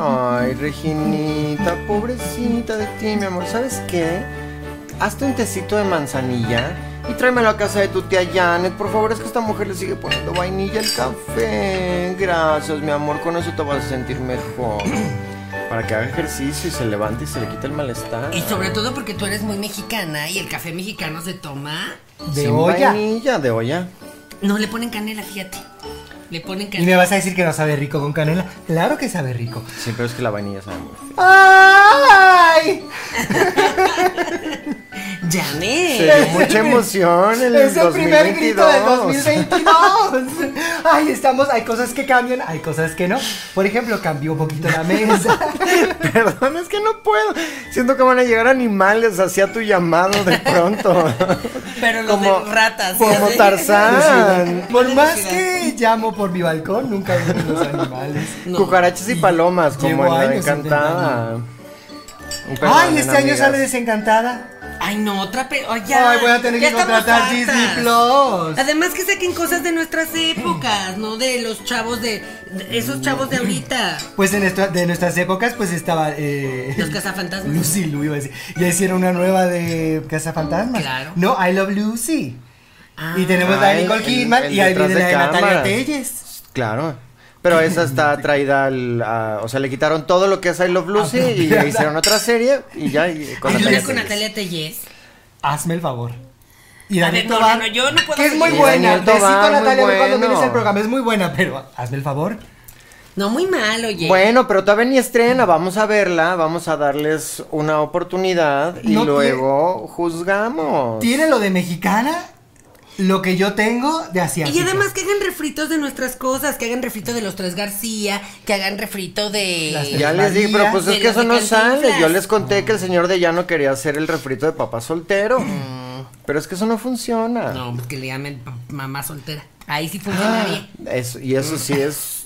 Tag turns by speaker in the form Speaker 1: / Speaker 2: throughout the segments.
Speaker 1: Ay, Reginita, pobrecita de ti, mi amor. ¿Sabes qué? Hazte un tecito de manzanilla y tráemelo a casa de tu tía Janet. Por favor, es que esta mujer le sigue poniendo vainilla al café. Gracias, mi amor. Con eso te vas a sentir mejor. Para que haga ejercicio y se levante y se le quite el malestar.
Speaker 2: Y sobre todo porque tú eres muy mexicana y el café mexicano se toma.
Speaker 1: De Sin
Speaker 3: olla.
Speaker 1: vainilla, de olla.
Speaker 2: No, le ponen canela, fíjate. Le ponen
Speaker 3: Y me
Speaker 2: canela.
Speaker 3: vas a decir que no sabe rico con canela. Claro que sabe rico.
Speaker 1: Sí, pero es que la vainilla sabe muy feo.
Speaker 3: ¡Ay!
Speaker 2: Janet.
Speaker 1: Se dio mucha emoción en el
Speaker 3: es el primer grito del
Speaker 1: 2022.
Speaker 3: 2022. Ay, estamos. Hay cosas que cambian, hay cosas que no. Por ejemplo, cambió un poquito la mesa.
Speaker 1: Perdón, es que no puedo. Siento que van a llegar animales hacia tu llamado de pronto.
Speaker 2: Pero los de ratas.
Speaker 1: Como
Speaker 2: ¿sí?
Speaker 1: Tarzán.
Speaker 3: Por más que llamo por mi balcón, nunca vienen los animales.
Speaker 2: No.
Speaker 1: Cucarachas y palomas, como
Speaker 3: Mm. Llevo
Speaker 1: en la
Speaker 3: años
Speaker 1: encantada. Perdón,
Speaker 3: Ay, este año
Speaker 1: amigas.
Speaker 3: sale desencantada.
Speaker 2: Ay, no, otra pe... Ay, ya.
Speaker 3: Ay, voy a tener
Speaker 2: Ya
Speaker 3: que
Speaker 2: estamos
Speaker 3: contratar
Speaker 2: hartas.
Speaker 3: Disney Plus.
Speaker 2: Además que saquen cosas de nuestras épocas, no de los chavos de, de esos chavos de ahorita.
Speaker 3: Pues de, nuestra- de nuestras épocas, pues estaba. Eh,
Speaker 2: Los cazafantasmas.
Speaker 3: Lucy Lou iba a decir. Ya hicieron una nueva de Casa Fantasma.
Speaker 2: Claro.
Speaker 3: No, I Love Lucy.
Speaker 2: Ah.
Speaker 3: y tenemos la
Speaker 1: Ay,
Speaker 3: de Nicole
Speaker 1: Ah, el-
Speaker 3: Kidman
Speaker 1: el
Speaker 3: y ahí
Speaker 1: detrás
Speaker 3: viene
Speaker 1: de
Speaker 3: la de Natalia
Speaker 1: cámaras.
Speaker 3: Telles.
Speaker 1: Claro. Pero esa está traída al. a- o sea, le quitaron todo lo que es I Love Lucy
Speaker 3: Ah,
Speaker 1: y ya hicieron otra serie y ya. y- con
Speaker 2: Hay una
Speaker 1: Natalia
Speaker 2: con
Speaker 1: Telles.
Speaker 2: Natalia Telles.
Speaker 3: Hazme el favor. Y
Speaker 2: A ver,
Speaker 3: Daniel
Speaker 2: no,
Speaker 3: Tobar,
Speaker 2: no, no, yo no puedo
Speaker 3: que es
Speaker 2: seguir.
Speaker 3: muy
Speaker 1: Y
Speaker 3: buena.
Speaker 1: Daniel
Speaker 3: Besito
Speaker 1: Tobar,
Speaker 3: a
Speaker 1: muy
Speaker 3: Natalia ve cuando
Speaker 1: bueno.
Speaker 3: vienes al programa. Es muy buena, pero hazme el favor.
Speaker 2: No, muy mal, oye.
Speaker 1: Bueno, pero todavía ni estrena, vamos a verla, vamos a darles una oportunidad y
Speaker 3: No tie-
Speaker 1: luego juzgamos.
Speaker 3: Tiene lo de mexicana, lo que yo tengo de asiática.
Speaker 2: Y además que hagan refritos de nuestras cosas, que hagan refrito de los tres García, que hagan refrito de...
Speaker 3: Las tres.
Speaker 1: Ya les dije, pero pues es
Speaker 2: De
Speaker 1: que
Speaker 2: los
Speaker 1: eso
Speaker 2: de
Speaker 1: no
Speaker 2: Cantinflas.
Speaker 1: sale. Yo les conté que el señor de Llano quería hacer el refrito de papá soltero. Pero es que eso no funciona.
Speaker 2: Mm.
Speaker 1: Ah,
Speaker 2: No, pues que le llamen pa- mamá soltera. Ahí sí
Speaker 3: Ah,
Speaker 2: funcionaría.
Speaker 1: Eso- y eso sí es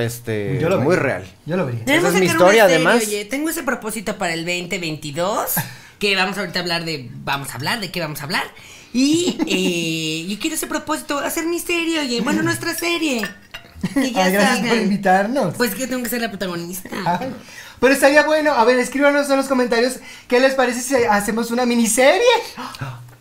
Speaker 1: este
Speaker 3: Yo lo
Speaker 1: muy
Speaker 3: vería.
Speaker 1: real.
Speaker 3: Yo lo vería.
Speaker 2: Tenemos
Speaker 1: Esa es mi
Speaker 2: que sacar
Speaker 1: historia,
Speaker 2: una serie,
Speaker 1: además.
Speaker 2: Oye, tengo ese propósito para el 2022, que vamos ahorita a hablar de, vamos a hablar, de qué vamos a hablar. Y eh, yo quiero ese propósito, hacer mi serie, oye, bueno, nuestra serie. Que ya
Speaker 3: Ay, gracias por
Speaker 2: salgan.
Speaker 3: invitarnos. Ah.
Speaker 2: Pues que tengo que ser la protagonista.
Speaker 3: Ay, Pero estaría bueno. A ver, escríbanos en los comentarios qué les parece si hacemos una miniserie.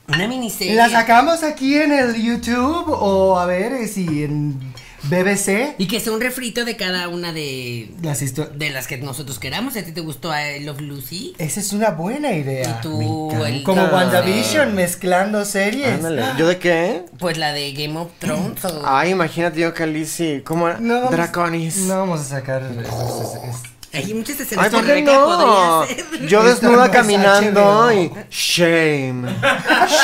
Speaker 2: Una miniserie.
Speaker 3: ¿La sacamos aquí en el YouTube o a ver eh, si en BBC?
Speaker 2: Y que sea un refrito de cada una de,
Speaker 3: Las histo-
Speaker 2: de las que nosotros queramos. Si a ti te gustó I Love Lucy.
Speaker 3: Esa es una buena idea.
Speaker 2: Y tú,
Speaker 3: Me encanta.
Speaker 2: el-
Speaker 3: Como
Speaker 2: Ah.
Speaker 3: WandaVision mezclando series. Ah,
Speaker 1: Ándale. ¿Yo de qué?
Speaker 2: Pues la de Game of Thrones o...
Speaker 1: Ay, imagínate yo Calisi, como
Speaker 3: No vamos-
Speaker 1: Draconis.
Speaker 3: No vamos a sacar. esos- esos- esos-
Speaker 2: Hay muchas escenas
Speaker 1: Ay, ¿por
Speaker 2: con
Speaker 1: qué
Speaker 2: Rebeca,
Speaker 1: no?
Speaker 2: podría ser.
Speaker 1: Yo
Speaker 3: Esto no
Speaker 1: desnuda
Speaker 3: es
Speaker 1: caminando
Speaker 3: HBO.
Speaker 1: y shame,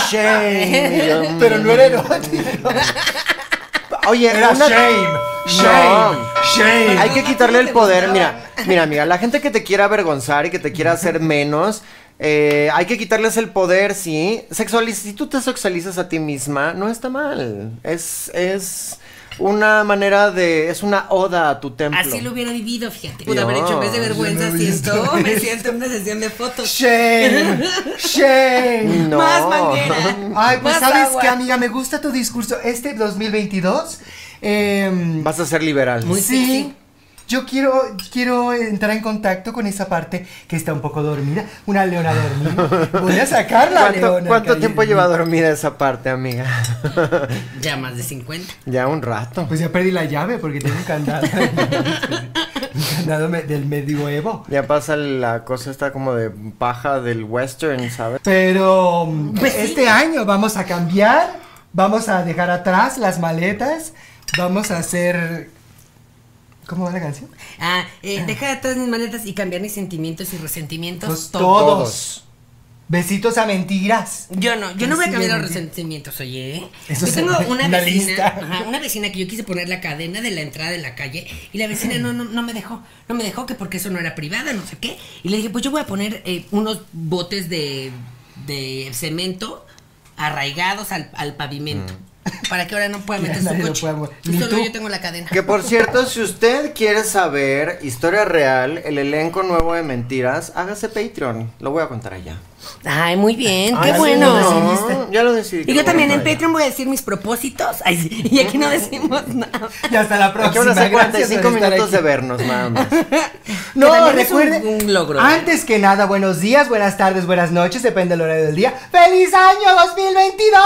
Speaker 1: shame. y yo, mm.
Speaker 3: Pero no era erótico.
Speaker 1: Oye,
Speaker 3: Era
Speaker 1: una-
Speaker 3: shame. Shame.
Speaker 1: No.
Speaker 3: Shame.
Speaker 1: Hay que quitarle el poder, mira, mira, amiga, la gente que te quiera avergonzar y que te quiera hacer menos, eh, hay que quitarles el poder, sí. Sexualiz si tú te sexualizas a ti misma, no está mal. Es, es una manera de, es una oda a tu templo.
Speaker 2: Así lo hubiera vivido, fíjate. Pude
Speaker 1: Dios.
Speaker 2: haber hecho en vez de vergüenza,
Speaker 3: Yo no hubiera
Speaker 2: siento, me siento en una sesión de fotos.
Speaker 3: Shame. Shame.
Speaker 1: No.
Speaker 2: Más manguera.
Speaker 3: Ay, pues
Speaker 2: Más
Speaker 3: sabes
Speaker 2: agua.
Speaker 3: qué, amiga, me gusta tu discurso. Este 2022. em,
Speaker 1: Vas a ser liberal.
Speaker 2: Muy
Speaker 3: sí.
Speaker 2: sexy.
Speaker 3: Yo quiero, quiero entrar en contacto con esa parte que está un poco dormida. Una leona dormida. Voy a sacarla.
Speaker 1: ¿Cuánto, cuánto tiempo lleva dormida esa parte, amiga?
Speaker 2: Ya más de 50.
Speaker 1: ya un rato.
Speaker 3: Pues ya perdí la llave porque tengo un candado. un candado me- del medioevo.
Speaker 1: Ya pasa la cosa esta como de paja del western, ¿sabes?
Speaker 3: Pero mm,
Speaker 2: Pues sí.
Speaker 3: este año vamos a cambiar, vamos a dejar atrás las maletas, vamos a hacer... ¿Cómo va la canción?
Speaker 2: Ah, eh, deja atrás mis maletas y cambiar mis sentimientos y resentimientos.
Speaker 3: Pues
Speaker 2: todo.
Speaker 3: todos. Besitos a mentiras.
Speaker 2: Yo no, yo no voy a
Speaker 3: Sí,
Speaker 2: cambiar los
Speaker 3: sí.
Speaker 2: resentimientos, oye. ¿eh?
Speaker 3: Eso
Speaker 2: yo
Speaker 3: es
Speaker 2: tengo
Speaker 3: una-
Speaker 2: una,
Speaker 3: una
Speaker 2: vecina,
Speaker 3: lista.
Speaker 2: ajá, una vecina que yo quise poner la cadena de la entrada de la calle y la vecina no, no, no me dejó, no me dejó que porque eso no era privada, no sé qué. Y le dije, pues yo voy a poner eh, unos botes de, de cemento arraigados al, al pavimento. para que ahora no pueda
Speaker 3: Mm. Ya
Speaker 2: meter su
Speaker 3: nadie lo
Speaker 2: coche.
Speaker 3: puede mover.
Speaker 2: Y
Speaker 3: Ni
Speaker 2: Solo
Speaker 3: tú.
Speaker 2: yo tengo la cadena.
Speaker 1: Que por cierto, si usted quiere saber historia real, el elenco nuevo de mentiras, hágase Patreon. Lo voy a contar allá.
Speaker 2: Ay, muy bien,
Speaker 3: Ay,
Speaker 2: qué
Speaker 3: sí,
Speaker 2: bueno.
Speaker 3: no, no.
Speaker 1: No, Ah, ya lo decidí.
Speaker 2: Y yo también en
Speaker 1: Patreon.
Speaker 2: Patreon voy a decir mis propósitos. Ay, sí, y aquí no decimos nada.
Speaker 3: Y hasta la
Speaker 1: Aquí
Speaker 3: próxima.
Speaker 1: van a ser
Speaker 3: Gracias por
Speaker 1: 45
Speaker 3: estar
Speaker 1: minutos
Speaker 3: aquí.
Speaker 1: de vernos, nada más.
Speaker 2: Que
Speaker 3: No,
Speaker 2: también es
Speaker 3: recuerden.
Speaker 2: un- un logro. ¿eh?
Speaker 3: Antes que nada, buenos días, buenas tardes, buenas noches, depende del horario del día. ¡Feliz año 2022!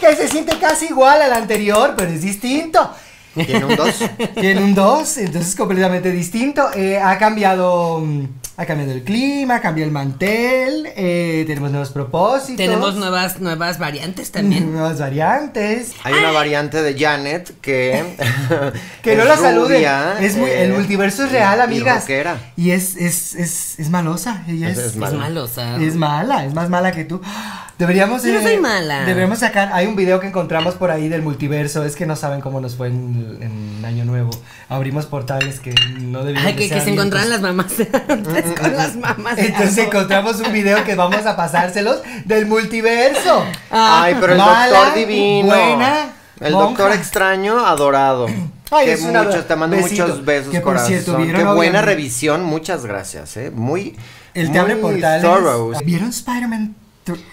Speaker 3: Que se siente casi igual al anterior, pero es distinto.
Speaker 1: Tiene un 2.
Speaker 3: Tiene un 2, entonces es completamente distinto. Eh, ha cambiado. mm, Ha cambiado el clima, ha cambiado el mantel. eh, tenemos nuevos propósitos.
Speaker 2: Tenemos nuevas, nuevas variantes también.
Speaker 3: Nuevas variantes.
Speaker 1: Hay una variante de Janet que.
Speaker 3: Que
Speaker 1: es
Speaker 3: no la
Speaker 1: rubia,
Speaker 3: saluden. Es muy,
Speaker 1: eh,
Speaker 3: el multiverso es
Speaker 1: y-
Speaker 3: real,
Speaker 1: y
Speaker 3: amigas.
Speaker 1: rockera.
Speaker 3: Y, es, es, es, es malosa. Ella
Speaker 1: Es-
Speaker 3: es,
Speaker 1: es
Speaker 2: Es
Speaker 1: Mala.
Speaker 2: malo, o sea.
Speaker 3: Es mala, es más mala que tú. Deberíamos.
Speaker 2: Yo no soy mala.
Speaker 3: Deberíamos sacar. Hay un video que encontramos por ahí del multiverso. Es que no saben cómo nos fue en, en Año Nuevo. Abrimos portales que no debíamos.
Speaker 2: Ay, que, que se encontraran las mamás de antes con las mamás. de
Speaker 3: Entonces
Speaker 2: ahora.
Speaker 3: encontramos un video que vamos a pasárselos del multiverso.
Speaker 2: Ah.
Speaker 1: Ay, pero el
Speaker 3: Mala,
Speaker 1: doctor divino.
Speaker 3: buena,
Speaker 1: el
Speaker 3: monja.
Speaker 1: doctor extraño adorado.
Speaker 3: Ay,
Speaker 1: que
Speaker 3: es una-
Speaker 1: muchos, te mando
Speaker 3: besito.
Speaker 1: muchos besos,
Speaker 3: Que por
Speaker 1: corazón.
Speaker 3: cierto,
Speaker 1: Qué
Speaker 3: vieron,
Speaker 1: buena
Speaker 3: obviamente.
Speaker 1: revisión, muchas gracias, ¿eh? Muy.
Speaker 3: El
Speaker 1: muy
Speaker 3: te abre portales.
Speaker 1: thorough.
Speaker 3: ¿Vieron Spider-Man 3?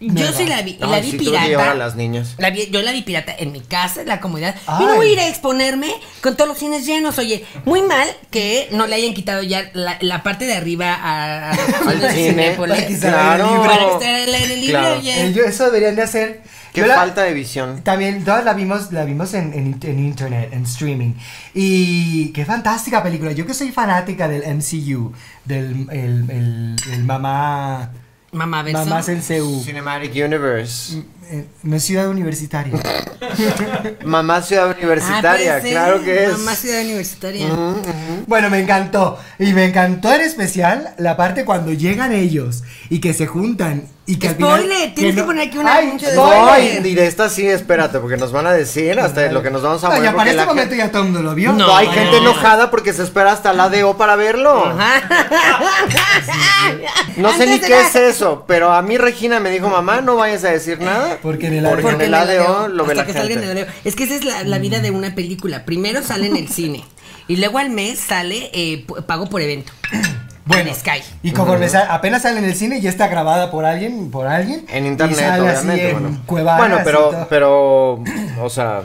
Speaker 2: Yo sí la vi, eh. la
Speaker 1: Ay,
Speaker 2: vi
Speaker 1: sí, tuve que llevar
Speaker 2: pirata.
Speaker 1: a las niñas.
Speaker 2: La vi- yo la vi pirata en mi casa, en la comunidad.
Speaker 3: Ay.
Speaker 2: Yo no voy a ir a exponerme con todos los cines llenos. Oye, muy mal que no le hayan quitado ya la, la parte de arriba a, a los
Speaker 1: Al
Speaker 2: cines de
Speaker 1: cine.
Speaker 2: Cinépolis.
Speaker 3: para que se
Speaker 1: Claro.
Speaker 3: vea
Speaker 2: Para estar al aire libre,
Speaker 1: Claro.
Speaker 2: oye.
Speaker 3: Eh, Eso deberían de hacer.
Speaker 1: Qué
Speaker 3: Yo la-
Speaker 1: falta de visión.
Speaker 3: También todas la vimos, la vimos en, en- en internet, en streaming. Y qué fantástica película. Yo que soy fanática del MCU, del el, el- el mamá,
Speaker 2: Mamá beso. Ah,
Speaker 3: mamá CEU.
Speaker 1: Cinematic Universe.
Speaker 3: Eh, No es ciudad universitaria.
Speaker 1: Mamá Ciudad Universitaria,
Speaker 2: Ah, pues, sí,
Speaker 1: claro que es. Mm,
Speaker 2: Mamá ciudad universitaria.
Speaker 3: bueno, me encantó. Y me encantó en especial la parte cuando llegan ellos y que se juntan y que al final-
Speaker 2: Spoiler, tienes que poner aquí un
Speaker 3: ¡Ay,
Speaker 2: anuncio de
Speaker 1: Ay,
Speaker 3: spoiler!
Speaker 2: spoiler.
Speaker 1: de esta sí, espérate, porque nos van a decir hasta lo que nos vamos a
Speaker 3: No,
Speaker 1: morir.
Speaker 3: ya para
Speaker 1: porque
Speaker 3: este
Speaker 1: la
Speaker 3: momento
Speaker 1: gen-
Speaker 3: ya todo el mundo lo vio.
Speaker 2: No.
Speaker 1: No, hay gente
Speaker 2: no.
Speaker 1: enojada porque se espera hasta la DO para verlo. No sé ni
Speaker 2: Antes de
Speaker 1: qué
Speaker 2: la-
Speaker 1: es eso, pero a mí Regina me dijo, mamá, no vayas a decir nada.
Speaker 3: Porque en el
Speaker 1: porque
Speaker 3: ADO.
Speaker 1: en el ADO lo ve
Speaker 2: hasta
Speaker 1: la
Speaker 2: que salga en
Speaker 1: gente.
Speaker 2: el ADO. Es que esa es la, la vida de una película. Primero sale en el cine. Y luego al mes sale eh, p- pago por evento.
Speaker 3: Bueno,
Speaker 2: En Sky.
Speaker 3: Y conforme sa- apenas sale en el cine ya está grabada por alguien, por alguien.
Speaker 1: En
Speaker 3: y
Speaker 1: internet,
Speaker 3: sale así
Speaker 1: obviamente.
Speaker 3: en
Speaker 1: bueno,
Speaker 3: Cuevana,
Speaker 1: Bueno,
Speaker 3: así
Speaker 1: pero,
Speaker 3: todo. Eh,
Speaker 1: pero, o sea,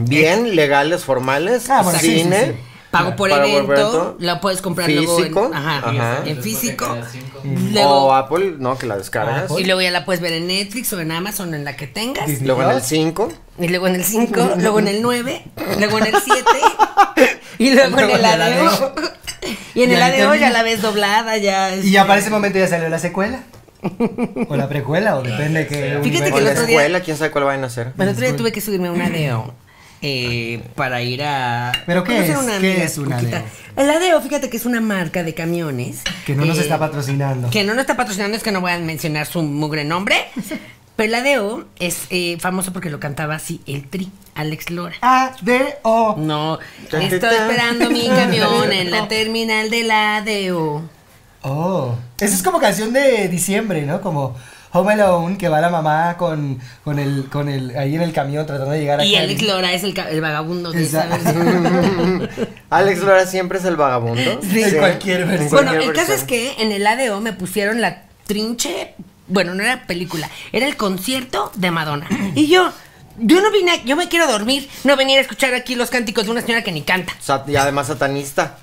Speaker 1: bien, legales, formales,
Speaker 3: Ah, bueno, sí, sí,
Speaker 1: cine.
Speaker 3: sí.
Speaker 2: Pago por
Speaker 1: Pago por
Speaker 2: evento,
Speaker 1: evento.
Speaker 2: la puedes comprar
Speaker 1: Físico,
Speaker 2: luego en, ajá,
Speaker 1: ajá.
Speaker 2: en físico.
Speaker 1: O
Speaker 2: Luego,
Speaker 1: Apple, no, que la descargas.
Speaker 2: y luego ya la puedes ver en Netflix o en Amazon, en la que tengas.
Speaker 3: Disney.
Speaker 1: Luego en el 5.
Speaker 2: Y luego en el 5, luego en el 9, luego en el 7 y luego en el ADO. Y en
Speaker 3: Y
Speaker 2: el
Speaker 3: ahí
Speaker 2: ADO ya
Speaker 3: termina.
Speaker 2: la ves doblada, ya. este, es-
Speaker 3: Y ya para ese momento ya salió la secuela. o la precuela, o depende de qué.
Speaker 2: Fíjate
Speaker 1: O en
Speaker 2: que el
Speaker 1: la
Speaker 2: otro día-
Speaker 1: escuela, quién sabe cuál vayan a hacer.
Speaker 2: El otro día tuve que subirme a un ADO eh, para ir a.
Speaker 3: ¿Pero qué
Speaker 2: conocer
Speaker 3: es?
Speaker 2: a una
Speaker 3: ¿Qué
Speaker 2: amiga,
Speaker 3: es un
Speaker 2: Cuquita.
Speaker 3: ADO?
Speaker 2: El ADO, fíjate que es una marca de camiones.
Speaker 3: Que no nos
Speaker 2: eh,
Speaker 3: está patrocinando.
Speaker 2: Que no nos está patrocinando, es que no voy a mencionar su mugre nombre. Pero el ADO es eh, famoso porque lo cantaba así el tri, Alex Lora.
Speaker 3: A, D, O.
Speaker 2: No,
Speaker 1: Ta, ta,
Speaker 2: estoy
Speaker 1: ta.
Speaker 2: esperando mi camión en la terminal del ADO.
Speaker 3: Oh. Esa es como canción de diciembre, ¿no? Como Home Alone, que va la mamá con, con el, con el, ahí en el camión tratando de llegar a
Speaker 2: Y
Speaker 3: casa.
Speaker 2: Alex Lora es el, ca- el vagabundo de esa
Speaker 3: Exacto.
Speaker 2: versión.
Speaker 1: Alex Lora siempre es el vagabundo.
Speaker 3: Sí, en cualquier versión.
Speaker 2: Bueno, el
Speaker 1: versión.
Speaker 2: caso es que en el ADO me pusieron la trinche, bueno, no era película, era el concierto de Madonna. Y yo, yo no vine, a- yo me quiero dormir, no venir a escuchar aquí los cánticos de una señora que ni canta.
Speaker 1: Sat- y además satanista.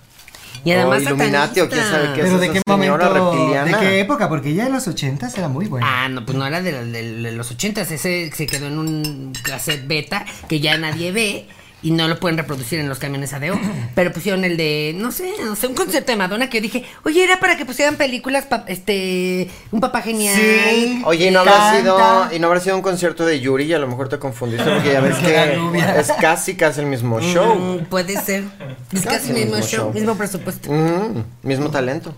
Speaker 2: Y además
Speaker 1: O Oh, Illuminati, o quién sabe
Speaker 2: satanista.
Speaker 1: qué es
Speaker 3: Pero de
Speaker 1: esa
Speaker 3: qué
Speaker 1: señora
Speaker 3: momento,
Speaker 1: reptiliana?
Speaker 3: de qué época, porque ella en los ochentas era muy buena.
Speaker 2: Ah, no, pues no era de, de- de los ochentas, ese se quedó en un cassette beta que ya nadie ve. Y no lo pueden reproducir en los camiones ADO. Pero pusieron el de, no sé, no sé, un concepto de Madonna que yo dije, oye, era para que pusieran películas, pa- este, un papá genial.
Speaker 3: Sí.
Speaker 1: Oye, ¿y no, habrá
Speaker 3: Canta.
Speaker 1: sido, y no habrá sido un concierto de Yuri, y a lo mejor te confundiste porque ya ves
Speaker 3: Porque era rubia.
Speaker 1: que es casi casi el mismo show.
Speaker 2: Mm, puede ser. Es casi el mismo show, mismo presupuesto.
Speaker 1: Mm, mismo talento.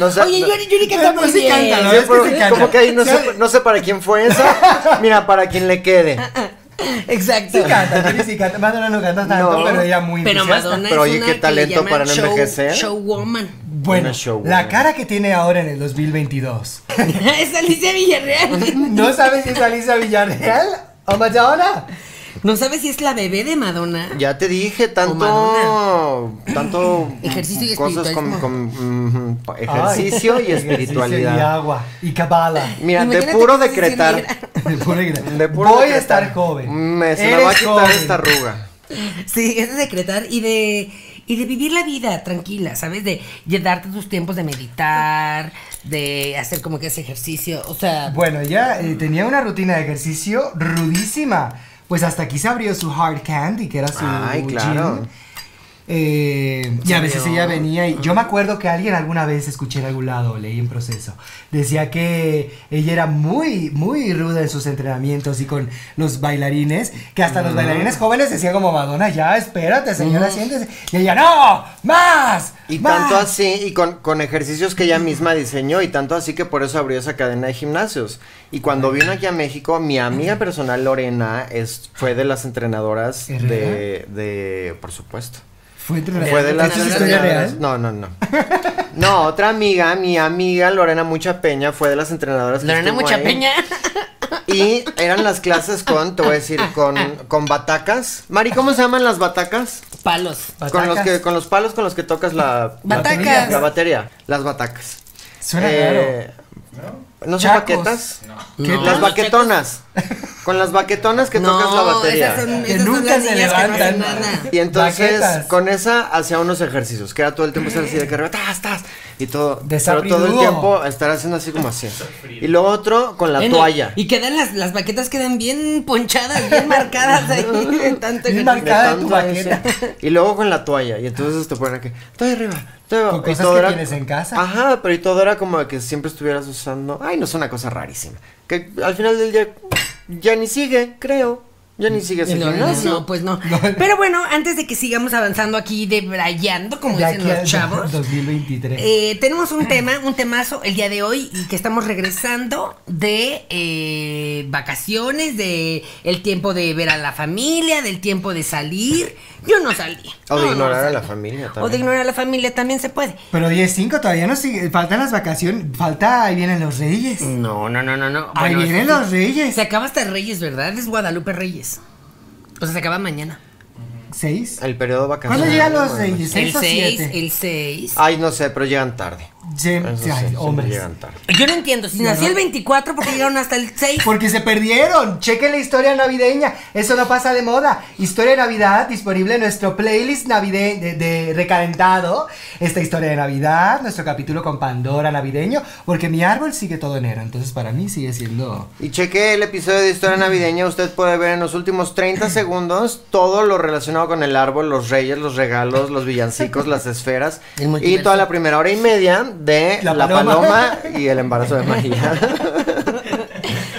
Speaker 1: No sé-
Speaker 2: Oye,
Speaker 1: no-
Speaker 2: Yuri, Yuri canta
Speaker 3: No,
Speaker 2: muy
Speaker 3: sí
Speaker 2: bien.
Speaker 3: canta, ¿no?
Speaker 1: Sí,
Speaker 3: es que
Speaker 1: pero
Speaker 3: se canta.
Speaker 1: como que ahí no
Speaker 3: Sí,
Speaker 1: sé, no sé para quién fue esa. Mira, para quien le quede.
Speaker 2: Exacto.
Speaker 3: Sí canta, Yuri sí canta. Madonna no canta tanto,
Speaker 1: No.
Speaker 3: pero ella muy
Speaker 2: Pero
Speaker 3: entusiasta.
Speaker 2: Madonna
Speaker 1: Pero
Speaker 2: es
Speaker 1: oye,
Speaker 2: una
Speaker 1: qué
Speaker 2: que
Speaker 1: talento
Speaker 2: le llaman
Speaker 1: para no
Speaker 2: show-
Speaker 1: envejecer.
Speaker 2: Showwoman.
Speaker 3: Bueno,
Speaker 1: Una show,
Speaker 3: la
Speaker 1: bueno.
Speaker 3: cara que tiene ahora en el 2022
Speaker 2: es Alicia Villarreal.
Speaker 3: ¿No sabes si es Alicia Villarreal o Madonna?
Speaker 2: No sabes si es la bebé de Madonna.
Speaker 1: Ya te dije, tanto.
Speaker 2: Madonna.
Speaker 1: Tanto.
Speaker 2: Ejercicio y
Speaker 1: cosas con,
Speaker 2: espiritualismo.
Speaker 1: con- mm, Ejercicio
Speaker 3: Ay.
Speaker 1: y espiritualidad.
Speaker 3: Ejercicio Y agua. Y cabala.
Speaker 1: Mira, de
Speaker 2: Imagínate
Speaker 1: puro
Speaker 2: que estás
Speaker 1: decretar.
Speaker 2: negra.
Speaker 3: De puro-
Speaker 1: de puro
Speaker 3: Voy a
Speaker 1: decretar,
Speaker 3: estar joven.
Speaker 1: Me se me
Speaker 3: Eres
Speaker 1: va a quitar
Speaker 3: joven.
Speaker 1: esta arruga.
Speaker 2: Sí, es de decretar y de y de vivir la vida tranquila, ¿sabes? De, de darte tus tiempos de meditar, de hacer como que ese ejercicio, o sea,
Speaker 3: Bueno, ella eh, tenía una rutina de ejercicio rudísima. Pues hasta aquí se abrió su hard candy, que era su
Speaker 1: Ay, claro.
Speaker 3: gym. Eh, y a veces ella venía y yo me acuerdo que alguien alguna vez escuché en algún lado, leí en proceso, decía que ella era muy, muy ruda en sus entrenamientos y con los bailarines, que hasta
Speaker 1: Mm.
Speaker 3: los bailarines jóvenes decían como Madonna, ya espérate señora, siéntese. Y ella, no, más.
Speaker 1: Y
Speaker 3: más".
Speaker 1: tanto así, y con, con ejercicios que ella misma diseñó, y tanto así que por eso abrió esa cadena de gimnasios. Y cuando vino aquí a México, mi amiga personal Lorena es, fue de las entrenadoras
Speaker 3: ¿Es real?
Speaker 1: de, de. Por supuesto.
Speaker 3: Fue, entre-
Speaker 1: Fue de las
Speaker 3: ¿Esto es historia
Speaker 1: entrenadoras-
Speaker 3: real?
Speaker 1: No, no, no. No, otra amiga, mi amiga Lorena Mucha Peña, fue de las entrenadoras. que
Speaker 2: pues, Lorena
Speaker 1: estuvo
Speaker 2: Mucha
Speaker 1: ahí.
Speaker 2: Peña.
Speaker 1: Y eran las clases con, te voy a decir, con, con batacas. Mari, ¿cómo se llaman las batacas?
Speaker 2: Palos.
Speaker 1: Con los
Speaker 3: Batacas.
Speaker 1: que, con los palos con los que tocas la
Speaker 2: Batacas.
Speaker 1: la batería, las batacas.
Speaker 3: Suena
Speaker 1: Eh, ¿No son
Speaker 3: Chacos.
Speaker 1: baquetas?
Speaker 2: ¿Qué No.
Speaker 1: Las
Speaker 2: tal?
Speaker 1: baquetonas. Con las baquetonas que tocas la batería.
Speaker 2: esas son,
Speaker 3: Que
Speaker 2: esas son
Speaker 3: nunca
Speaker 2: las
Speaker 3: se
Speaker 2: niñas que no hacen
Speaker 3: levantan.
Speaker 2: nada.
Speaker 1: Y entonces
Speaker 3: Baquetas.
Speaker 1: con esa hacía unos ejercicios, que era todo el tiempo estar así de que arriba, tas, tas, y todo, pero todo el
Speaker 3: Desabridudo.
Speaker 1: tiempo estar haciendo así como así. Y lo otro con la
Speaker 2: Bueno,
Speaker 1: toalla.
Speaker 2: Y quedan las, las baquetas quedan bien ponchadas, bien marcadas ahí. de tanto ejercicio.
Speaker 3: Bien
Speaker 1: de
Speaker 3: marcadas. cada tu
Speaker 1: tanto ese.
Speaker 3: baqueta.
Speaker 1: Y luego con la toalla. Y entonces te ponen aquí. Toalla arriba. Toalla abajo",
Speaker 3: Con
Speaker 1: y
Speaker 3: cosas que tienes en casa.
Speaker 1: Ajá, pero y todo era como de que siempre estuvieras usando. Ay, no es una cosa rarísima. Que al final del día ya ni sigue, creo. Ya ni sigue ese
Speaker 2: No, no,
Speaker 1: gimnasio.
Speaker 2: no, pues no.
Speaker 3: No.
Speaker 2: Pero bueno, antes de que sigamos avanzando aquí de brayando, como
Speaker 3: De
Speaker 2: dicen
Speaker 3: aquí
Speaker 2: los
Speaker 3: al
Speaker 2: chavos,
Speaker 3: 2023.
Speaker 2: eh, tenemos un tema, un temazo el día de hoy y que estamos regresando de eh, vacaciones, de el tiempo de ver a la familia, del tiempo de salir. Yo no salí.
Speaker 1: O de
Speaker 2: No, no
Speaker 1: ignorar a la
Speaker 2: salí.
Speaker 1: familia
Speaker 2: O de
Speaker 1: también.
Speaker 2: ignorar a la familia también se puede.
Speaker 3: Pero 10-5 todavía no sigue. Faltan las vacaciones. Falta, ahí vienen los reyes.
Speaker 2: Mm,
Speaker 1: No, no, no, no, no.
Speaker 3: ahí
Speaker 1: Bueno,
Speaker 3: vienen
Speaker 1: eso-
Speaker 3: los reyes.
Speaker 2: Se acaba hasta Reyes, ¿verdad? Es Guadalupe Reyes. O sea, se acaba mañana.
Speaker 3: ¿Seis?
Speaker 1: El periodo vacacional.
Speaker 3: ¿Cuándo llegan los
Speaker 1: bueno.
Speaker 3: reyes?
Speaker 2: El
Speaker 3: ¿Seis o
Speaker 2: 6,
Speaker 3: siete?
Speaker 2: el 6.
Speaker 1: Ay, no sé, pero llegan tarde.
Speaker 3: Ye-
Speaker 1: Eso sí,
Speaker 3: ay,
Speaker 1: siempre
Speaker 3: hombres.
Speaker 1: Llegan tarde.
Speaker 2: Yo no entiendo, si nació el 24 porque llegaron hasta el 6.
Speaker 3: Porque se perdieron. Chequen la historia navideña. Eso no pasa de moda. Historia de Navidad disponible en nuestro playlist navideño de, de recalentado. Esta historia de Navidad, nuestro capítulo con Pandora navideño. Porque mi árbol sigue todo enero. Entonces para mí sigue siendo.
Speaker 1: Y cheque el episodio de Historia Navideña, usted puede ver en los últimos 30 segundos todo lo relacionado con el árbol, los reyes, los regalos, los villancicos, las esferas
Speaker 2: El multiverso.
Speaker 1: y toda la primera hora y media de La,
Speaker 3: La
Speaker 1: paloma.
Speaker 3: paloma.
Speaker 1: y el embarazo de María.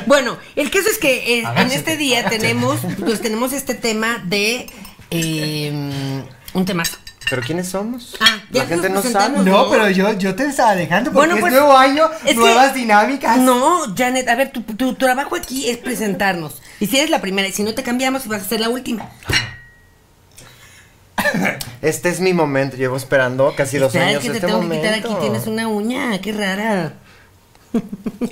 Speaker 2: Bueno, el caso es que eh, en
Speaker 3: Agáchate,
Speaker 2: este día tenemos, pues tenemos este tema de eh, un tema.
Speaker 1: ¿Pero quiénes somos?
Speaker 2: Ah, ya
Speaker 1: la gente no
Speaker 2: nos
Speaker 1: sabe.
Speaker 2: presentamos.
Speaker 3: No, pero yo, yo te estaba dejando porque
Speaker 2: Bueno, pues,
Speaker 3: es nuevo año,
Speaker 2: es que-
Speaker 3: nuevas dinámicas.
Speaker 2: No, Janet, a ver, tu, tu trabajo aquí es presentarnos. Y si eres la primera, y si no te cambiamos, vas a ser la última.
Speaker 1: Este es mi momento, llevo esperando casi dos
Speaker 2: Sabes
Speaker 1: años
Speaker 2: que te
Speaker 1: este
Speaker 2: tengo
Speaker 1: momento.
Speaker 2: que quitar aquí, tienes una uña, qué rara.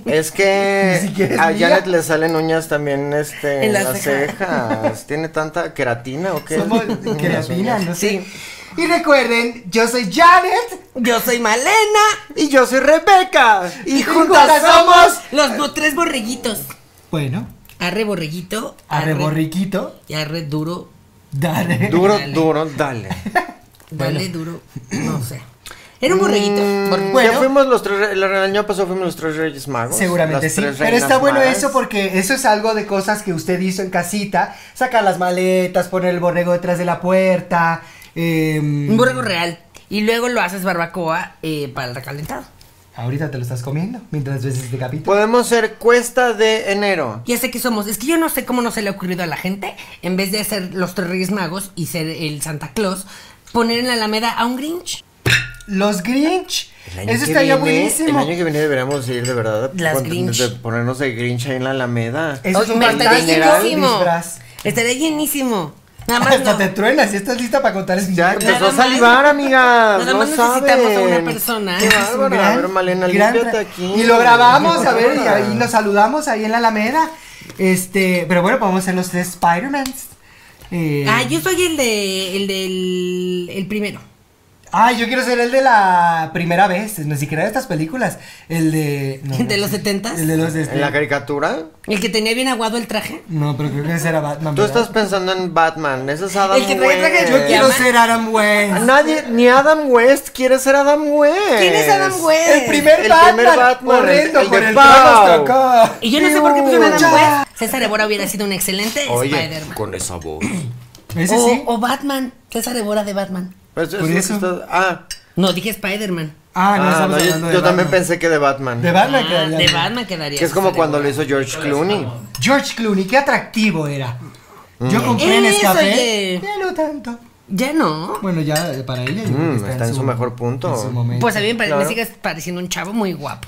Speaker 1: Es que
Speaker 3: Ni siquiera es
Speaker 1: a
Speaker 3: mía.
Speaker 1: Janet le salen uñas también este,
Speaker 2: En
Speaker 1: en
Speaker 2: la
Speaker 1: las,
Speaker 2: ceja.
Speaker 1: cejas. ¿Tiene tanta queratina o qué?
Speaker 3: Somos
Speaker 1: Unas
Speaker 3: creatina,
Speaker 1: uñas.
Speaker 3: no sé. Y recuerden, yo soy Janet.
Speaker 2: Yo soy Malena,
Speaker 1: Y yo soy Rebeca. Y juntas
Speaker 3: juntas
Speaker 1: somos.
Speaker 2: los bo- tres borreguitos.
Speaker 3: Bueno,
Speaker 2: Arre borreguito,
Speaker 3: arre borriquito,
Speaker 2: y arre duro,
Speaker 3: dale.
Speaker 1: Duro,
Speaker 2: Dale.
Speaker 1: duro, dale.
Speaker 2: dale duro, no sé. Era un borreguito.
Speaker 1: Mm, ya
Speaker 3: Bueno.
Speaker 1: fuimos los tres. re- El, año pasado fuimos los tres Reyes Magos.
Speaker 3: Seguramente
Speaker 1: las
Speaker 3: sí.
Speaker 1: tres
Speaker 3: Pero
Speaker 1: reinas
Speaker 3: está bueno
Speaker 1: magas.
Speaker 3: eso porque eso es algo de cosas que usted hizo en casita. Sacar las maletas, poner el borrego detrás de la puerta. em,
Speaker 2: Un borrego real. Y luego lo haces barbacoa eh, para el recalentado.
Speaker 3: Ahorita te lo estás comiendo mientras ves este capítulo.
Speaker 1: Podemos ser cuesta de enero.
Speaker 2: Ya sé que somos. Es que yo no sé cómo no se le ha ocurrido a la gente, en vez de hacer los tres Reyes Magos y ser el Santa Claus, poner en la Alameda a un Grinch.
Speaker 3: Los Grinch.
Speaker 1: El año
Speaker 3: Eso
Speaker 1: que
Speaker 3: estaría
Speaker 1: viene- El
Speaker 3: buenísimo.
Speaker 1: año que viene deberíamos ir de verdad. a
Speaker 2: Las
Speaker 1: pon-
Speaker 2: Grinch.
Speaker 1: de ponernos de Grinch ahí en la Alameda.
Speaker 3: Eso es
Speaker 2: Oh,
Speaker 3: un
Speaker 2: me estaría
Speaker 3: fantástico
Speaker 2: llenísimo.
Speaker 3: disfraz.
Speaker 2: Estaría llenísimo. Nada más
Speaker 3: Hasta
Speaker 2: no.
Speaker 3: te truenas si estás lista para contar ese
Speaker 1: Ya
Speaker 3: video.
Speaker 1: empezó
Speaker 2: Nada
Speaker 1: a
Speaker 2: más-
Speaker 1: salivar, amiga.
Speaker 2: nada
Speaker 1: no
Speaker 2: más necesitamos a
Speaker 1: saben.
Speaker 2: una persona.
Speaker 1: Ah, Qué
Speaker 2: Es
Speaker 3: Es un
Speaker 1: bárbara.
Speaker 3: gran-
Speaker 1: a ver, Malena,
Speaker 3: gran
Speaker 1: límpiate
Speaker 3: tra-
Speaker 1: aquí.
Speaker 3: Y lo grabamos,
Speaker 1: Qué
Speaker 3: a ver, y
Speaker 1: bárbara.
Speaker 3: ahí nos saludamos ahí en la Alameda. Este, pero bueno, podemos ser los tres Spider-Mans. Eh,
Speaker 2: Ah, yo soy el de. el del. el primero.
Speaker 3: ah, yo quiero ser el de la primera vez, ni siquiera de estas películas. El de. no,
Speaker 2: ¿De
Speaker 3: no,
Speaker 2: los setentas?
Speaker 3: El de los de este-
Speaker 1: ¿En la caricatura?
Speaker 2: El que tenía bien aguado el traje.
Speaker 3: No, pero creo que ese era Batman.
Speaker 1: Tú
Speaker 3: ¿verdad?
Speaker 1: estás pensando en Batman. Ese es Adam
Speaker 2: El que trae
Speaker 1: West.
Speaker 2: traje de
Speaker 3: Yo quiero
Speaker 2: Batman.
Speaker 3: ser Adam West.
Speaker 1: A Nadie, ni Adam West quiere ser Adam West.
Speaker 2: ¿Quién es Adam West?
Speaker 3: El primer
Speaker 1: El
Speaker 3: Batman.
Speaker 1: primer Batman,
Speaker 3: Horrendo,
Speaker 1: el- el de
Speaker 3: con el pelo
Speaker 1: Pau.
Speaker 3: hasta acá.
Speaker 2: Y yo no sé por qué pusieron a Adam
Speaker 3: Mucha-
Speaker 2: West. César Evora hubiera sido un excelente
Speaker 1: Oye,
Speaker 2: Spider-Man.
Speaker 1: con esa voz.
Speaker 3: Ese
Speaker 2: O,
Speaker 1: Oh,
Speaker 3: sí.
Speaker 2: o Batman. César Evora de Batman.
Speaker 1: Pues,
Speaker 3: Por
Speaker 1: es-
Speaker 3: eso.
Speaker 1: está- ah,
Speaker 2: No, dije Spider-man.
Speaker 3: Ah, no,
Speaker 1: ah,
Speaker 3: estamos
Speaker 1: no, yo,
Speaker 3: hablando de
Speaker 1: yo también
Speaker 3: Batman.
Speaker 1: pensé que de Batman.
Speaker 3: De Batman,
Speaker 2: Ah,
Speaker 3: que-
Speaker 2: de Batman quedaría.
Speaker 1: que es como
Speaker 2: César
Speaker 1: cuando lo
Speaker 2: Évora.
Speaker 1: hizo George Clooney.
Speaker 3: George Clooney, qué atractivo era. Yo
Speaker 1: Mm.
Speaker 3: compré en
Speaker 2: Eso,
Speaker 3: escapé.
Speaker 2: oye.
Speaker 3: Ya no tanto.
Speaker 2: Ya no.
Speaker 3: Bueno, ya eh, para ella. yo creo que
Speaker 1: Mm, está en su mejor punto.
Speaker 3: en su momento.
Speaker 2: Pues a mí me, pare- me
Speaker 1: Claro.
Speaker 2: sigue pareciendo un chavo muy guapo.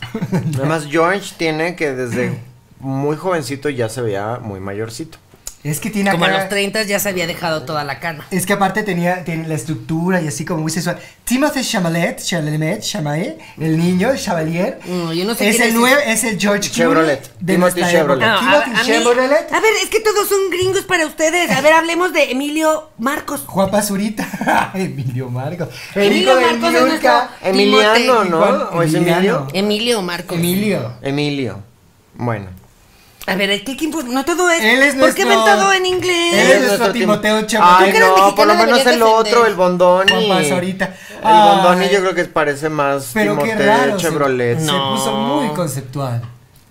Speaker 1: Además, George tiene que desde muy jovencito ya se veía muy mayorcito.
Speaker 3: es que tiene
Speaker 2: Como a
Speaker 3: acá-
Speaker 2: los 30 ya se había dejado toda la cana.
Speaker 3: Es que aparte tenía, tiene la estructura y así como muy sensual. Timothy Chalamet, Chalamet, Chalamet, el niño, el Chevalier.
Speaker 1: Mm,
Speaker 2: No, yo no sé
Speaker 3: es
Speaker 2: quién
Speaker 3: el
Speaker 2: es
Speaker 3: nuevo, es el George Clooney
Speaker 1: Chevrolet.
Speaker 3: de
Speaker 1: Timothy
Speaker 3: nuestra
Speaker 1: Chevrolet.
Speaker 2: No,
Speaker 3: época.
Speaker 2: a,
Speaker 3: Timothy
Speaker 2: a mí-
Speaker 3: Chevrolet.
Speaker 2: a ver, es que todos son gringos para ustedes. A ver, hablemos de Emilio Marcos.
Speaker 3: Juan Pazurita. Emilio Marcos. El
Speaker 2: Emilio
Speaker 3: hijo del
Speaker 2: Marcos es nuestro-
Speaker 3: Niurka.
Speaker 1: Emiliano,
Speaker 2: Timote.
Speaker 1: ¿no?
Speaker 3: Juan
Speaker 1: ¿O es Emilio?
Speaker 3: Emiliano.
Speaker 2: Emilio Marcos.
Speaker 3: Emilio.
Speaker 1: Emilio. Bueno.
Speaker 2: A ver, ¿qué, qué impu- No todo es.
Speaker 3: Él es
Speaker 2: ¿Por qué ven
Speaker 3: nuestro-
Speaker 2: todo en
Speaker 3: Él
Speaker 2: inglés?
Speaker 3: es nuestro
Speaker 1: Tim-
Speaker 3: Timoteo Chalamet.
Speaker 1: Ay,
Speaker 2: Tú que eres
Speaker 1: no, por lo
Speaker 2: mexicano
Speaker 1: menos el
Speaker 2: deberías
Speaker 1: otro,
Speaker 2: defender.
Speaker 1: el Bondoni.
Speaker 3: Juan Pazurita.
Speaker 1: El Bondoni
Speaker 3: Ay.
Speaker 1: yo creo que parece más
Speaker 3: Pero qué
Speaker 1: Timoteo
Speaker 3: raro. se-
Speaker 1: Chevrolet.
Speaker 3: Se,
Speaker 2: No.
Speaker 3: puso muy conceptual.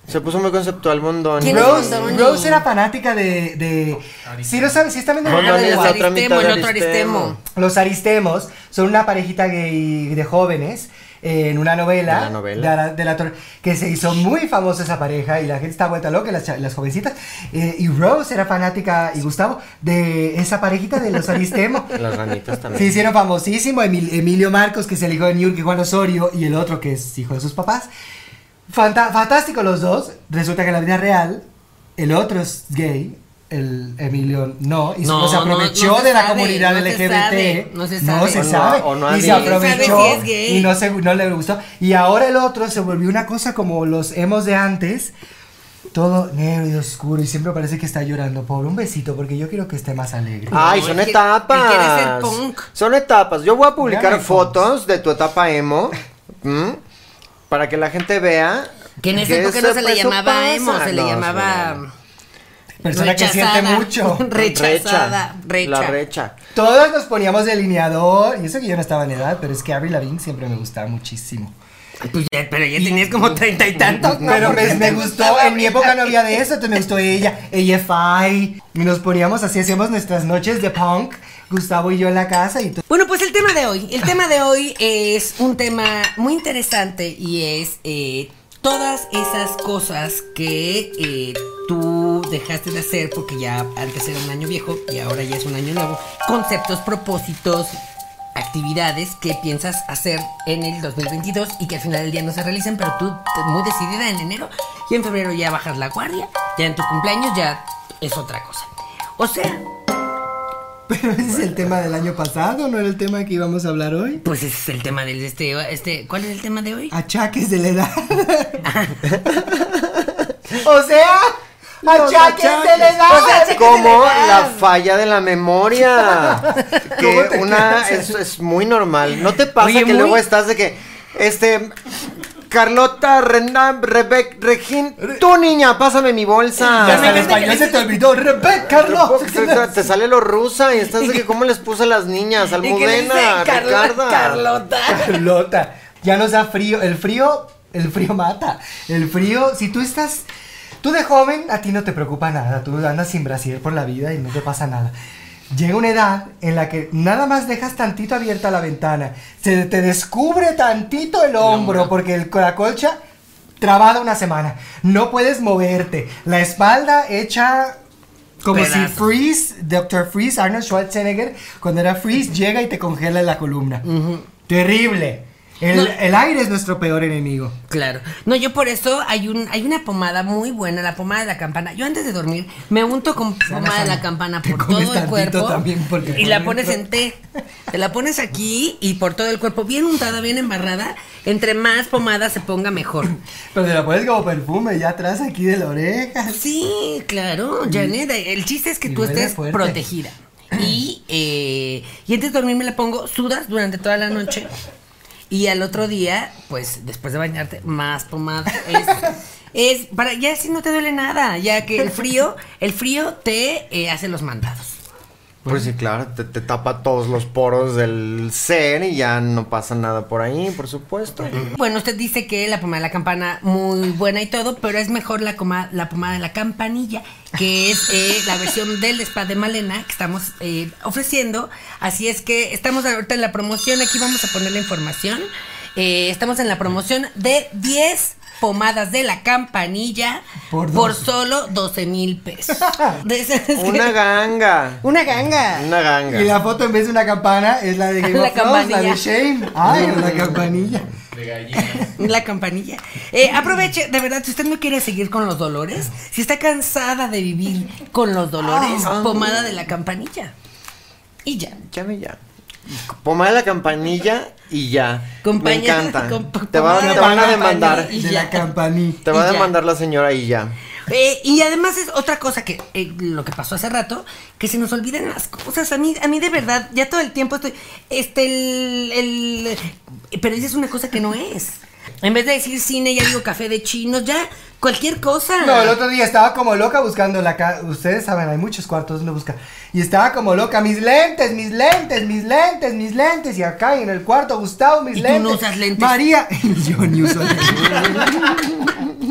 Speaker 1: Se puso muy conceptual Bondoni.
Speaker 2: ¿Quién es
Speaker 3: Rose,
Speaker 2: Bondoni?
Speaker 3: Rose era fanática de. de si no sabes, si están viendo
Speaker 2: Ah,
Speaker 1: Bondoni
Speaker 2: de
Speaker 1: es
Speaker 2: los
Speaker 1: la otra mitad
Speaker 2: Aristemo,
Speaker 1: de
Speaker 2: el otro Aristemo.
Speaker 3: Los Aristemos son una parejita gay de jóvenes eh, en una novela.
Speaker 1: De la novela.
Speaker 3: de la- de la tor- que se hizo muy famosa esa pareja y la gente está vuelta loca, las, cha- las jovencitas. eh, y Rose era fanática, y Gustavo, de esa parejita de los Aristemos.
Speaker 1: Las ranitas también.
Speaker 3: Se hicieron famosísimo Emil- Emilio Marcos, que es el hijo de New y Juan Osorio, y el otro que es hijo de sus papás. Fanta- fantástico los dos. Resulta que en la vida real, el otro es gay, el Emilio no, y
Speaker 2: No,
Speaker 3: se
Speaker 2: no,
Speaker 3: aprovechó
Speaker 2: no se
Speaker 3: de la
Speaker 2: sabe,
Speaker 3: comunidad
Speaker 2: no se
Speaker 3: LGBT.
Speaker 2: sabe, no se sabe.
Speaker 1: O no-
Speaker 3: sabe,
Speaker 1: o no ha
Speaker 3: y se
Speaker 1: dicho.
Speaker 3: aprovechó
Speaker 2: No se sabe si es gay.
Speaker 3: y no, se, no le gustó. Y ahora el otro se volvió una cosa como los hemos de antes. Todo negro y oscuro y siempre parece que está llorando. Pobre, un besito porque yo quiero que esté más alegre.
Speaker 1: Ay,
Speaker 2: No,
Speaker 1: son
Speaker 2: él quiere-
Speaker 1: etapas.
Speaker 2: él quiere ser punk.
Speaker 1: Son etapas. Yo voy a publicar
Speaker 3: Ya me
Speaker 1: fotos de tu etapa emo. ¿m? Para que la gente vea.
Speaker 2: Que en esa
Speaker 1: que
Speaker 2: época no se le
Speaker 1: eso
Speaker 2: llamaba
Speaker 1: pasa.
Speaker 2: emo, se le
Speaker 1: No,
Speaker 2: llamaba.
Speaker 3: Persona que siente
Speaker 2: rechazada.
Speaker 3: mucho.
Speaker 2: Rechazada. Recha.
Speaker 1: La recha.
Speaker 3: Todos nos poníamos delineador. Y eso que yo no estaba en edad, pero es que Avril Lavigne siempre me gustaba muchísimo.
Speaker 2: Pues ya- pero ya tenías como treinta y tantos. ¿no?
Speaker 3: pero
Speaker 2: Porque
Speaker 3: me, me
Speaker 2: te
Speaker 3: gustó,
Speaker 2: gustaba
Speaker 3: en mi época no había de eso, entonces me gustó ella, AFI. Y nos poníamos así, hacíamos nuestras noches de punk, Gustavo y yo en la casa y todo.
Speaker 2: Bueno, pues el tema de hoy. El tema de hoy es un tema muy interesante y es eh, todas esas cosas que eh, tú dejaste de hacer porque ya antes era un año viejo y ahora ya es un año nuevo. Conceptos, propósitos, actividades que piensas hacer en el 2022 y que al final del día no se realicen, pero tú te- muy decidida en enero y en febrero ya bajas la guardia, ya en tu cumpleaños ya es otra cosa. O sea,
Speaker 3: Pero ese es el tema del año pasado, no era el tema que íbamos a hablar hoy.
Speaker 2: Pues ese es el tema del este, este, ¿cuál es el tema de hoy?
Speaker 3: Achaques de la edad. o sea, achaques, de la edad.
Speaker 1: O sea, como la falla de la memoria.
Speaker 3: ¿Cómo
Speaker 1: que
Speaker 3: te
Speaker 1: una es,
Speaker 3: quedas?
Speaker 1: es muy normal. ¿No te pasa
Speaker 2: Oye,
Speaker 1: que
Speaker 2: muy-
Speaker 1: luego estás de que este Carlota, Renan, Rebec, Regín, tú niña, pásame mi bolsa.
Speaker 3: Hasta el
Speaker 2: me encanta que
Speaker 3: español
Speaker 2: le-
Speaker 3: se te olvidó. Rebeca, no.
Speaker 1: Te, te sale lo rusa y estás de que cómo les puse a las niñas,
Speaker 2: ¿Y qué dice
Speaker 1: Almudena,
Speaker 2: Carla-
Speaker 1: Ricarda.
Speaker 2: Carlota.
Speaker 3: Carlota, ya nos da frío. El frío, el frío mata. El frío, si tú estás. Tú de joven, a ti no te preocupa nada. Tú andas sin brasier por la vida y no te pasa nada. Llega una edad en la que nada más dejas tantito abierta la ventana. Se te descubre tantito el hombro porque el, la colcha trabada una semana. No puedes moverte. La espalda hecha como si
Speaker 2: Pedazos.
Speaker 3: Freeze, Dr. Freeze, Arnold Schwarzenegger, cuando era Freeze, llega y te congela en la columna. Terrible. El,
Speaker 2: No.
Speaker 3: el aire es nuestro peor enemigo.
Speaker 2: Claro. No, yo por eso hay un hay una pomada muy buena, la pomada de la campana. Yo antes de dormir me unto con pomada de la campana
Speaker 3: Te
Speaker 2: por todo
Speaker 3: comes
Speaker 2: el
Speaker 3: tantito
Speaker 2: cuerpo
Speaker 3: también porque
Speaker 2: y la
Speaker 3: por
Speaker 2: pones
Speaker 3: dentro-
Speaker 2: en té. Te la pones aquí y por todo el cuerpo bien untada, bien embarrada. Entre más pomada se ponga mejor.
Speaker 3: Pero te la pones como perfume ya atrás aquí de la oreja.
Speaker 2: Sí, claro, Janet. El chiste es que
Speaker 3: y
Speaker 2: tú
Speaker 3: huele
Speaker 2: estés
Speaker 3: fuerte.
Speaker 2: protegida. Y, eh, y antes de dormir me la pongo, sudas durante toda la noche. Y al otro día, pues después de bañarte, más pomada. Es, es para, ya si no te duele nada, ya que el frío, el frío te eh, hace los mandados.
Speaker 1: Pues sí, claro, te, te tapa todos los poros del ser y ya no pasa nada por ahí, por supuesto.
Speaker 2: Bueno, usted dice que la pomada de la campana muy buena y todo, pero es mejor la, coma- la pomada de la campanilla, que es eh, la versión del spa de Malena que estamos eh, ofreciendo. Así es que estamos ahorita en la promoción, aquí vamos a poner la información. Eh, estamos en la promoción de 10 pomadas de la campanilla
Speaker 3: Por
Speaker 2: por,
Speaker 3: doce.
Speaker 2: solo 12 mil pesos. De esas que-
Speaker 1: Una ganga.
Speaker 2: una ganga.
Speaker 1: Una ganga.
Speaker 3: Y la foto en vez de una campana es la de Game
Speaker 2: La
Speaker 3: of Thrones, la de
Speaker 2: campanilla.
Speaker 3: Shame. Ay, la campanilla.
Speaker 2: La campanilla. Eh, aproveche, de verdad, si usted no quiere seguir con los dolores, si está cansada de vivir con los dolores,
Speaker 3: Ah.
Speaker 2: pomada de la campanilla. Y ya.
Speaker 1: Llame ya. Pomada de la campanilla y ya.
Speaker 2: Compañía-
Speaker 1: Me encanta.
Speaker 2: con- con
Speaker 1: te, va-
Speaker 2: pomada
Speaker 1: te van a
Speaker 3: Campana
Speaker 1: demandar.
Speaker 2: y
Speaker 3: De
Speaker 2: ya.
Speaker 3: la campanilla.
Speaker 1: Te va
Speaker 2: y
Speaker 1: a
Speaker 2: ya.
Speaker 1: demandar la señora y ya.
Speaker 2: Eh, y además es otra cosa que eh, lo que pasó hace rato, que se nos olvidan las cosas. A mí, a mí de verdad, ya todo el tiempo estoy. Este, el. el- pero esa es una cosa que no es. En vez de decir cine, ya digo café de chinos, ya cualquier cosa.
Speaker 3: No, el otro día estaba como loca buscando la ca- Ustedes saben, hay muchos cuartos donde busca. Y estaba como loca, mis lentes, mis lentes, mis lentes, mis lentes. Y acá y en el cuarto, Gustavo, mis
Speaker 2: Y tú no
Speaker 3: lentes.
Speaker 2: usas lentes.
Speaker 3: María. Y yo ni uso lentes.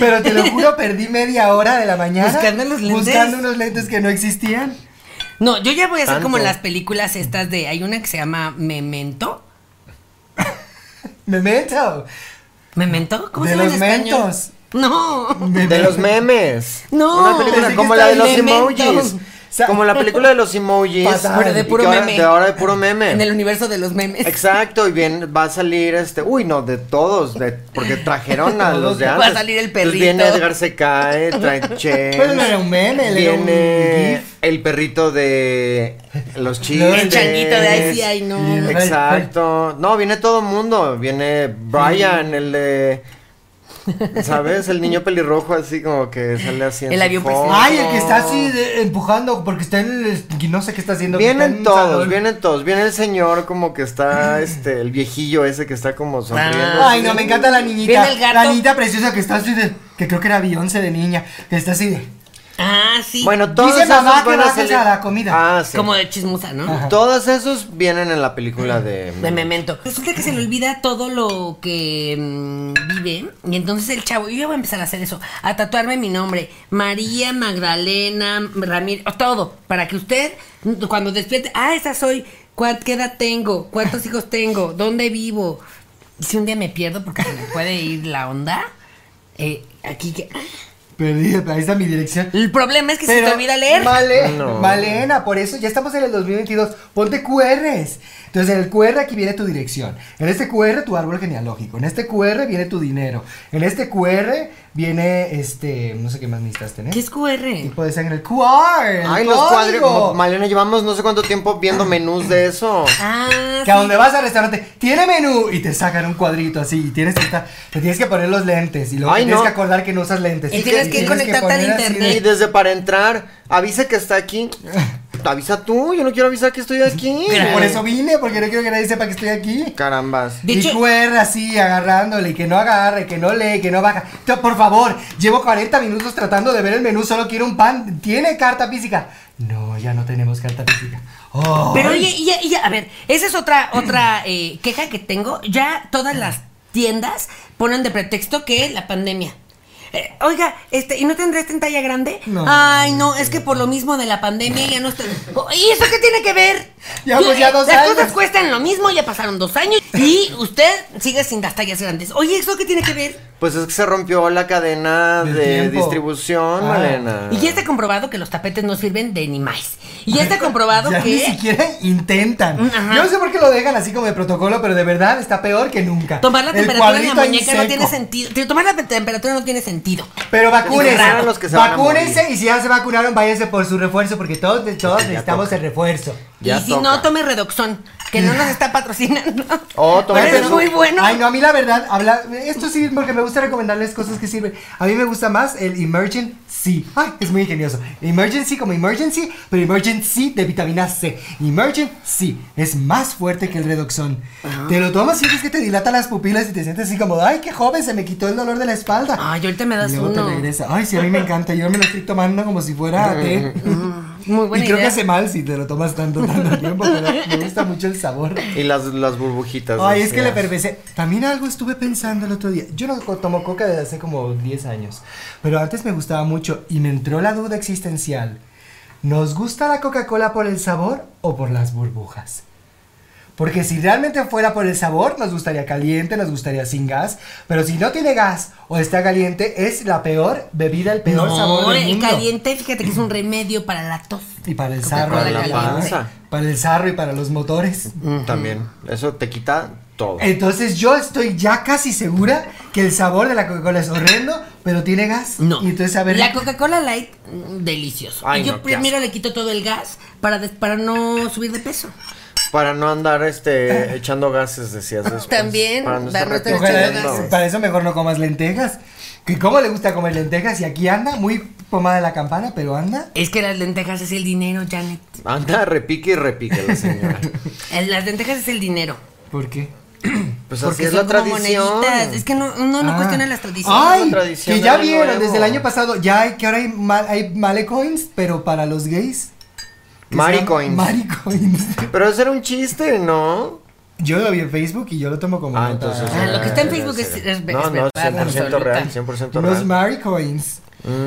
Speaker 3: Pero te lo juro, perdí media hora de la mañana.
Speaker 2: Buscando los lentes.
Speaker 3: Buscando unos lentes que no existían.
Speaker 2: No, yo ya voy a hacer como
Speaker 1: Tanto.
Speaker 2: las películas estas de. Hay una que se llama Memento.
Speaker 3: Memento.
Speaker 2: ¿Memento? ¿Cómo
Speaker 3: De
Speaker 2: se llama
Speaker 3: los
Speaker 2: en español?
Speaker 3: mentos.
Speaker 2: No.
Speaker 1: De los memes.
Speaker 2: No. Pues,
Speaker 1: Una película
Speaker 3: Pensé
Speaker 1: como
Speaker 3: que
Speaker 1: la de
Speaker 3: estaba
Speaker 1: los
Speaker 2: en Memento.
Speaker 1: emojis.
Speaker 3: O sea,
Speaker 1: como la película de los emojis.
Speaker 3: Pasada. Pero de
Speaker 1: y que
Speaker 2: puro
Speaker 1: ahora-
Speaker 2: meme.
Speaker 1: De ahora de puro meme.
Speaker 2: En el universo de los memes.
Speaker 1: Exacto, y bien va a salir este, uy, no, de todos, de, porque trajeron a los de
Speaker 2: Va a
Speaker 1: antes.
Speaker 2: salir el
Speaker 1: Entonces
Speaker 2: perrito.
Speaker 1: viene Edgar se cae, trae Chen.
Speaker 3: Pero no era un meme, él era un
Speaker 1: Viene
Speaker 3: gif.
Speaker 1: el perrito de los chistes.
Speaker 2: El changuito de ay, sí, ay, no.
Speaker 3: Y-
Speaker 1: Exacto. No, viene todo el mundo, viene Brian, el de ¿Sabes? El niño pelirrojo así como que sale así en
Speaker 2: El
Speaker 1: su
Speaker 2: avión
Speaker 1: foto.
Speaker 2: presidencial.
Speaker 3: Ay, el que está así de- empujando porque está en el, no sé qué está haciendo. que está en
Speaker 1: Vienen
Speaker 3: un
Speaker 1: todos,
Speaker 3: salón.
Speaker 1: vienen todos. Viene el señor como que está, este, el viejillo ese que está como sonriendo.
Speaker 3: Ah, Ay, no, me encanta la niñita.
Speaker 2: Viene el gato.
Speaker 3: La niñita preciosa que está así de. Que creo que era Beyoncé de niña. Que está así de.
Speaker 2: Ah, sí.
Speaker 1: Bueno, todos
Speaker 3: Dice
Speaker 1: esos
Speaker 3: mamá que
Speaker 1: van
Speaker 3: vas
Speaker 1: a
Speaker 3: a
Speaker 1: salir
Speaker 3: la comida.
Speaker 1: Ah, sí.
Speaker 2: Como de chismosa, ¿no?
Speaker 1: Todos esos vienen en la película de.
Speaker 2: De memento. Resulta que se le olvida todo lo que mm, vive. Y entonces el chavo, yo ya voy a empezar a hacer eso, a tatuarme mi nombre. María Magdalena Ramírez, o todo, para que usted mm, cuando despierte, ah, esa soy, ¿cuán- ¿qué edad tengo? ¿Cuántos hijos tengo? ¿Dónde vivo? Y si un día me pierdo porque se me puede ir la onda, eh, aquí que...
Speaker 3: Perdida, ahí está mi dirección.
Speaker 2: El problema es que se
Speaker 3: Pero,
Speaker 2: te olvida leer.
Speaker 3: Male-
Speaker 1: No.
Speaker 3: Malena, por eso ya estamos en el 2022. Ponte QRs. Entonces, en el QR aquí viene tu dirección. En este QR tu árbol genealógico. En este QR viene tu dinero. En este QR viene este. No sé qué más necesitas tener.
Speaker 2: ¿Qué es
Speaker 3: Y
Speaker 2: QR?
Speaker 3: puede ser en el QR. el
Speaker 1: Ay, los cuadros.
Speaker 3: código.
Speaker 1: Malena, llevamos no sé cuánto tiempo viendo menús de eso.
Speaker 2: Ah,
Speaker 3: Que a
Speaker 2: sí.
Speaker 3: donde vas al restaurante, tiene menú y te sacan un cuadrito así y tienes que estar, te tienes que poner los lentes y luego
Speaker 1: Ay,
Speaker 3: tienes
Speaker 1: no.
Speaker 3: que acordar que no usas lentes.
Speaker 2: Y tienes que conectarte al
Speaker 3: poner así
Speaker 2: internet.
Speaker 1: Y desde para entrar, avisa que está aquí. Avisa tú, yo no quiero avisar que estoy aquí.
Speaker 3: de- Por eso vine, porque no quiero que nadie sepa que estoy aquí.
Speaker 1: Carambas.
Speaker 2: De
Speaker 3: y
Speaker 2: hecho-
Speaker 3: QR así, agarrándole, y que no agarre, que no lee, que no baja. Te- por favor, llevo 40 minutos tratando de ver el menú, solo quiero un pan. ¿Tiene carta física? No, ya no tenemos carta física. Oh.
Speaker 2: Pero oye, y ya, y ya, a ver, esa es otra, otra eh, queja que tengo. Ya todas las tiendas ponen de pretexto que la pandemia. Eh, oiga, este, ¿y no tendrá este en talla grande?
Speaker 3: No.
Speaker 2: Ay, no, es que por lo mismo de la pandemia ya no estoy. Oh, ¿Y eso qué tiene que ver?
Speaker 3: Llevamos ya dos
Speaker 2: Las
Speaker 3: años.
Speaker 2: cosas cuestan lo mismo, ya pasaron dos años y usted sigue sin las tallas grandes. Oye, ¿eso qué tiene que ver?
Speaker 1: Pues es que se rompió la cadena
Speaker 3: Del
Speaker 1: de
Speaker 3: tiempo.
Speaker 1: distribución,
Speaker 3: Ah.
Speaker 1: Malena.
Speaker 2: Y ya está comprobado que los tapetes no sirven de ni más. Y ya está comprobado
Speaker 3: Ya ni
Speaker 2: que Mm,
Speaker 3: siquiera intentan.
Speaker 2: Ajá.
Speaker 3: Yo no sé por qué lo dejan así como de protocolo, pero de verdad está peor que nunca.
Speaker 2: tomar la
Speaker 3: El
Speaker 2: temperatura de la
Speaker 3: cuadrito ahí
Speaker 2: muñeca no
Speaker 3: seco.
Speaker 2: tiene sentido. Tomar la temperatura no tiene sentido.
Speaker 3: Pero vacúnense.
Speaker 1: Raro los que se van a
Speaker 3: vacúnense
Speaker 1: morir.
Speaker 3: y si ya se vacunaron, váyanse por su refuerzo, porque todos, todos
Speaker 1: Ya
Speaker 3: necesitamos
Speaker 1: toca.
Speaker 3: el refuerzo.
Speaker 1: Ya
Speaker 2: y si
Speaker 1: toca.
Speaker 2: no, tome redoxón, que no nos está patrocinando.
Speaker 1: Oh, tome
Speaker 2: Pero es
Speaker 1: Redoxon.
Speaker 2: muy bueno.
Speaker 3: Ay, este no, a mí la verdad, habla, esto sí, porque me gusta recomendarles cosas que sirven. A mí me gusta más el Emergency. Ay, es muy ingenioso. Emergency como emergency, pero emergency de vitamina C. Emergency es más fuerte que el Redoxon. Te lo tomas y es que te dilata las pupilas y te sientes así como, ay, qué joven, se me quitó el dolor de la espalda.
Speaker 2: Ay, ahorita me das
Speaker 3: Y luego
Speaker 2: uno.
Speaker 3: te regresa. Ay, sí, a mí me encanta. Yo me lo estoy tomando como si fuera té.
Speaker 2: Mm. Muy buena
Speaker 3: y creo
Speaker 2: idea.
Speaker 3: que hace mal si te lo tomas tanto, tanto tiempo, pero me gusta mucho el sabor.
Speaker 1: Y las, las burbujitas.
Speaker 3: Ay,
Speaker 1: no
Speaker 3: es que le
Speaker 1: sé.
Speaker 3: pervece. También algo estuve pensando el otro día. Yo no co- tomo coca desde hace como 10 años, pero antes me gustaba mucho y me entró la duda existencial. ¿Nos gusta la Coca-Cola por el sabor o por las burbujas? Porque si realmente fuera por el sabor, nos gustaría caliente, nos gustaría sin gas, pero si no tiene gas o está caliente, es la peor bebida, el peor
Speaker 2: no,
Speaker 3: sabor del
Speaker 2: el
Speaker 3: mundo.
Speaker 2: caliente, fíjate que es un remedio para la tos.
Speaker 3: Y para el
Speaker 2: Coca-Cola
Speaker 3: sarro,
Speaker 1: Para la
Speaker 3: caliente.
Speaker 1: panza.
Speaker 3: para el sarro y para los motores.
Speaker 1: También. Eso te quita todo.
Speaker 3: Entonces yo estoy ya casi segura que el sabor de la Coca-Cola es horrendo, pero tiene gas.
Speaker 2: No.
Speaker 3: Y entonces a ver.
Speaker 2: La Coca-Cola Light, mm, delicioso.
Speaker 1: Ay,
Speaker 2: Y yo
Speaker 1: no, qué
Speaker 2: primero le quito todo el gas para, des- para no subir de peso.
Speaker 1: Para no andar este echando gases, decías después.
Speaker 2: También,
Speaker 1: Para no
Speaker 2: para
Speaker 1: estar
Speaker 2: no estar
Speaker 3: Ojalá-
Speaker 2: echando gases.
Speaker 1: repitiendo.
Speaker 3: para eso mejor no comas lentejas. Que cómo le gusta comer lentejas y aquí anda muy pomada de la campana, pero anda.
Speaker 2: Es que las lentejas es el dinero, Janet.
Speaker 1: Anda, repique y repique la señora.
Speaker 2: Eh, Las lentejas es el dinero.
Speaker 3: ¿Por qué?
Speaker 1: Pues así
Speaker 2: Porque
Speaker 1: es
Speaker 2: son
Speaker 1: la
Speaker 2: como
Speaker 1: tradición.
Speaker 2: moneditas. Es que no, uno no
Speaker 3: Ah.
Speaker 2: cuestiona las tradiciones.
Speaker 3: Ay,
Speaker 1: Tradición
Speaker 3: que ya
Speaker 1: del año
Speaker 3: vieron
Speaker 1: nuevo.
Speaker 3: desde el año pasado, ya hay que ahora hay, ma- hay malecoins, pero para los gays. que se
Speaker 1: Maricoins.
Speaker 3: llaman Maricoins.
Speaker 1: Pero eso era un chiste, ¿no?
Speaker 3: Yo lo vi en Facebook y yo lo tomo como
Speaker 1: Ah,
Speaker 3: nota.
Speaker 1: entonces.
Speaker 2: Ah, lo que está en
Speaker 1: ya
Speaker 2: Facebook
Speaker 1: sé.
Speaker 2: es- es-
Speaker 1: No,
Speaker 2: es
Speaker 1: no,
Speaker 2: verdad
Speaker 1: 100% real,
Speaker 2: absoluta.
Speaker 1: 100% real.
Speaker 3: Los Maricoins.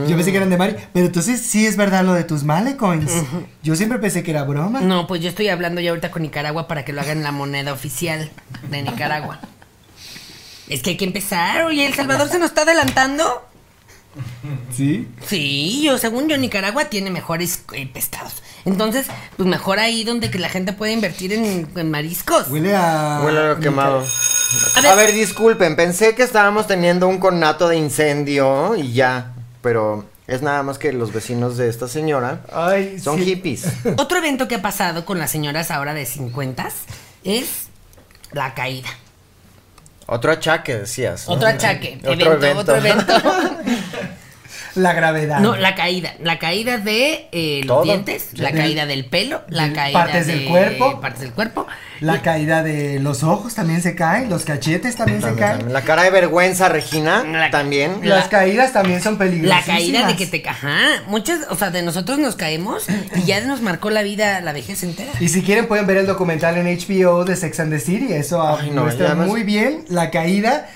Speaker 3: Yo pensé que eran de Mari. Pero entonces sí es verdad lo de tus Malecoins. Yo siempre pensé que era broma.
Speaker 2: No, pues yo estoy hablando ya ahorita con Nicaragua para que lo hagan la moneda oficial de Nicaragua. Es que hay que empezar. Oye, El Salvador se nos está adelantando.
Speaker 3: ¿Sí?
Speaker 2: Sí, yo según yo Nicaragua tiene mejores eh, pescados. Entonces, pues mejor ahí donde que la gente puede invertir en, en mariscos.
Speaker 3: Huele a.
Speaker 1: Huele a lo quemado.
Speaker 2: A
Speaker 1: A
Speaker 2: ver.
Speaker 1: ver. disculpen, pensé que estábamos teniendo un conato de incendio y ya, pero es nada más que los vecinos de esta señora
Speaker 3: Ay,
Speaker 1: son
Speaker 3: sí.
Speaker 1: hippies.
Speaker 2: Otro evento que ha pasado con las señoras ahora de 50 es la caída.
Speaker 1: Otro achaque, decías. ¿no?
Speaker 2: Otro achaque,
Speaker 1: Ah. Otro evento.
Speaker 2: evento, otro evento.
Speaker 3: La gravedad.
Speaker 2: No, la caída. La caída de eh, los
Speaker 1: Todo.
Speaker 2: dientes, la
Speaker 3: Del-
Speaker 2: caída del pelo, la
Speaker 3: del-
Speaker 2: caída
Speaker 3: partes
Speaker 2: de,
Speaker 3: del cuerpo.
Speaker 2: Partes del cuerpo.
Speaker 3: La caída de los ojos también se caen. Los cachetes también,
Speaker 1: También,
Speaker 3: se
Speaker 1: también.
Speaker 3: caen.
Speaker 1: La cara de vergüenza, Regina,
Speaker 2: La-
Speaker 1: también.
Speaker 3: Las
Speaker 2: la-
Speaker 3: caídas también son
Speaker 2: La
Speaker 3: peligrosas.
Speaker 2: caída de que te... Ajá, muchas, o sea, de nosotros nos caemos y ya nos marcó la vida, la vejez entera.
Speaker 3: Y si quieren pueden ver el documental en HBO de Sex and the City, eso ah,
Speaker 1: Ay, no, y
Speaker 3: muestra
Speaker 1: además-
Speaker 3: muy bien la caída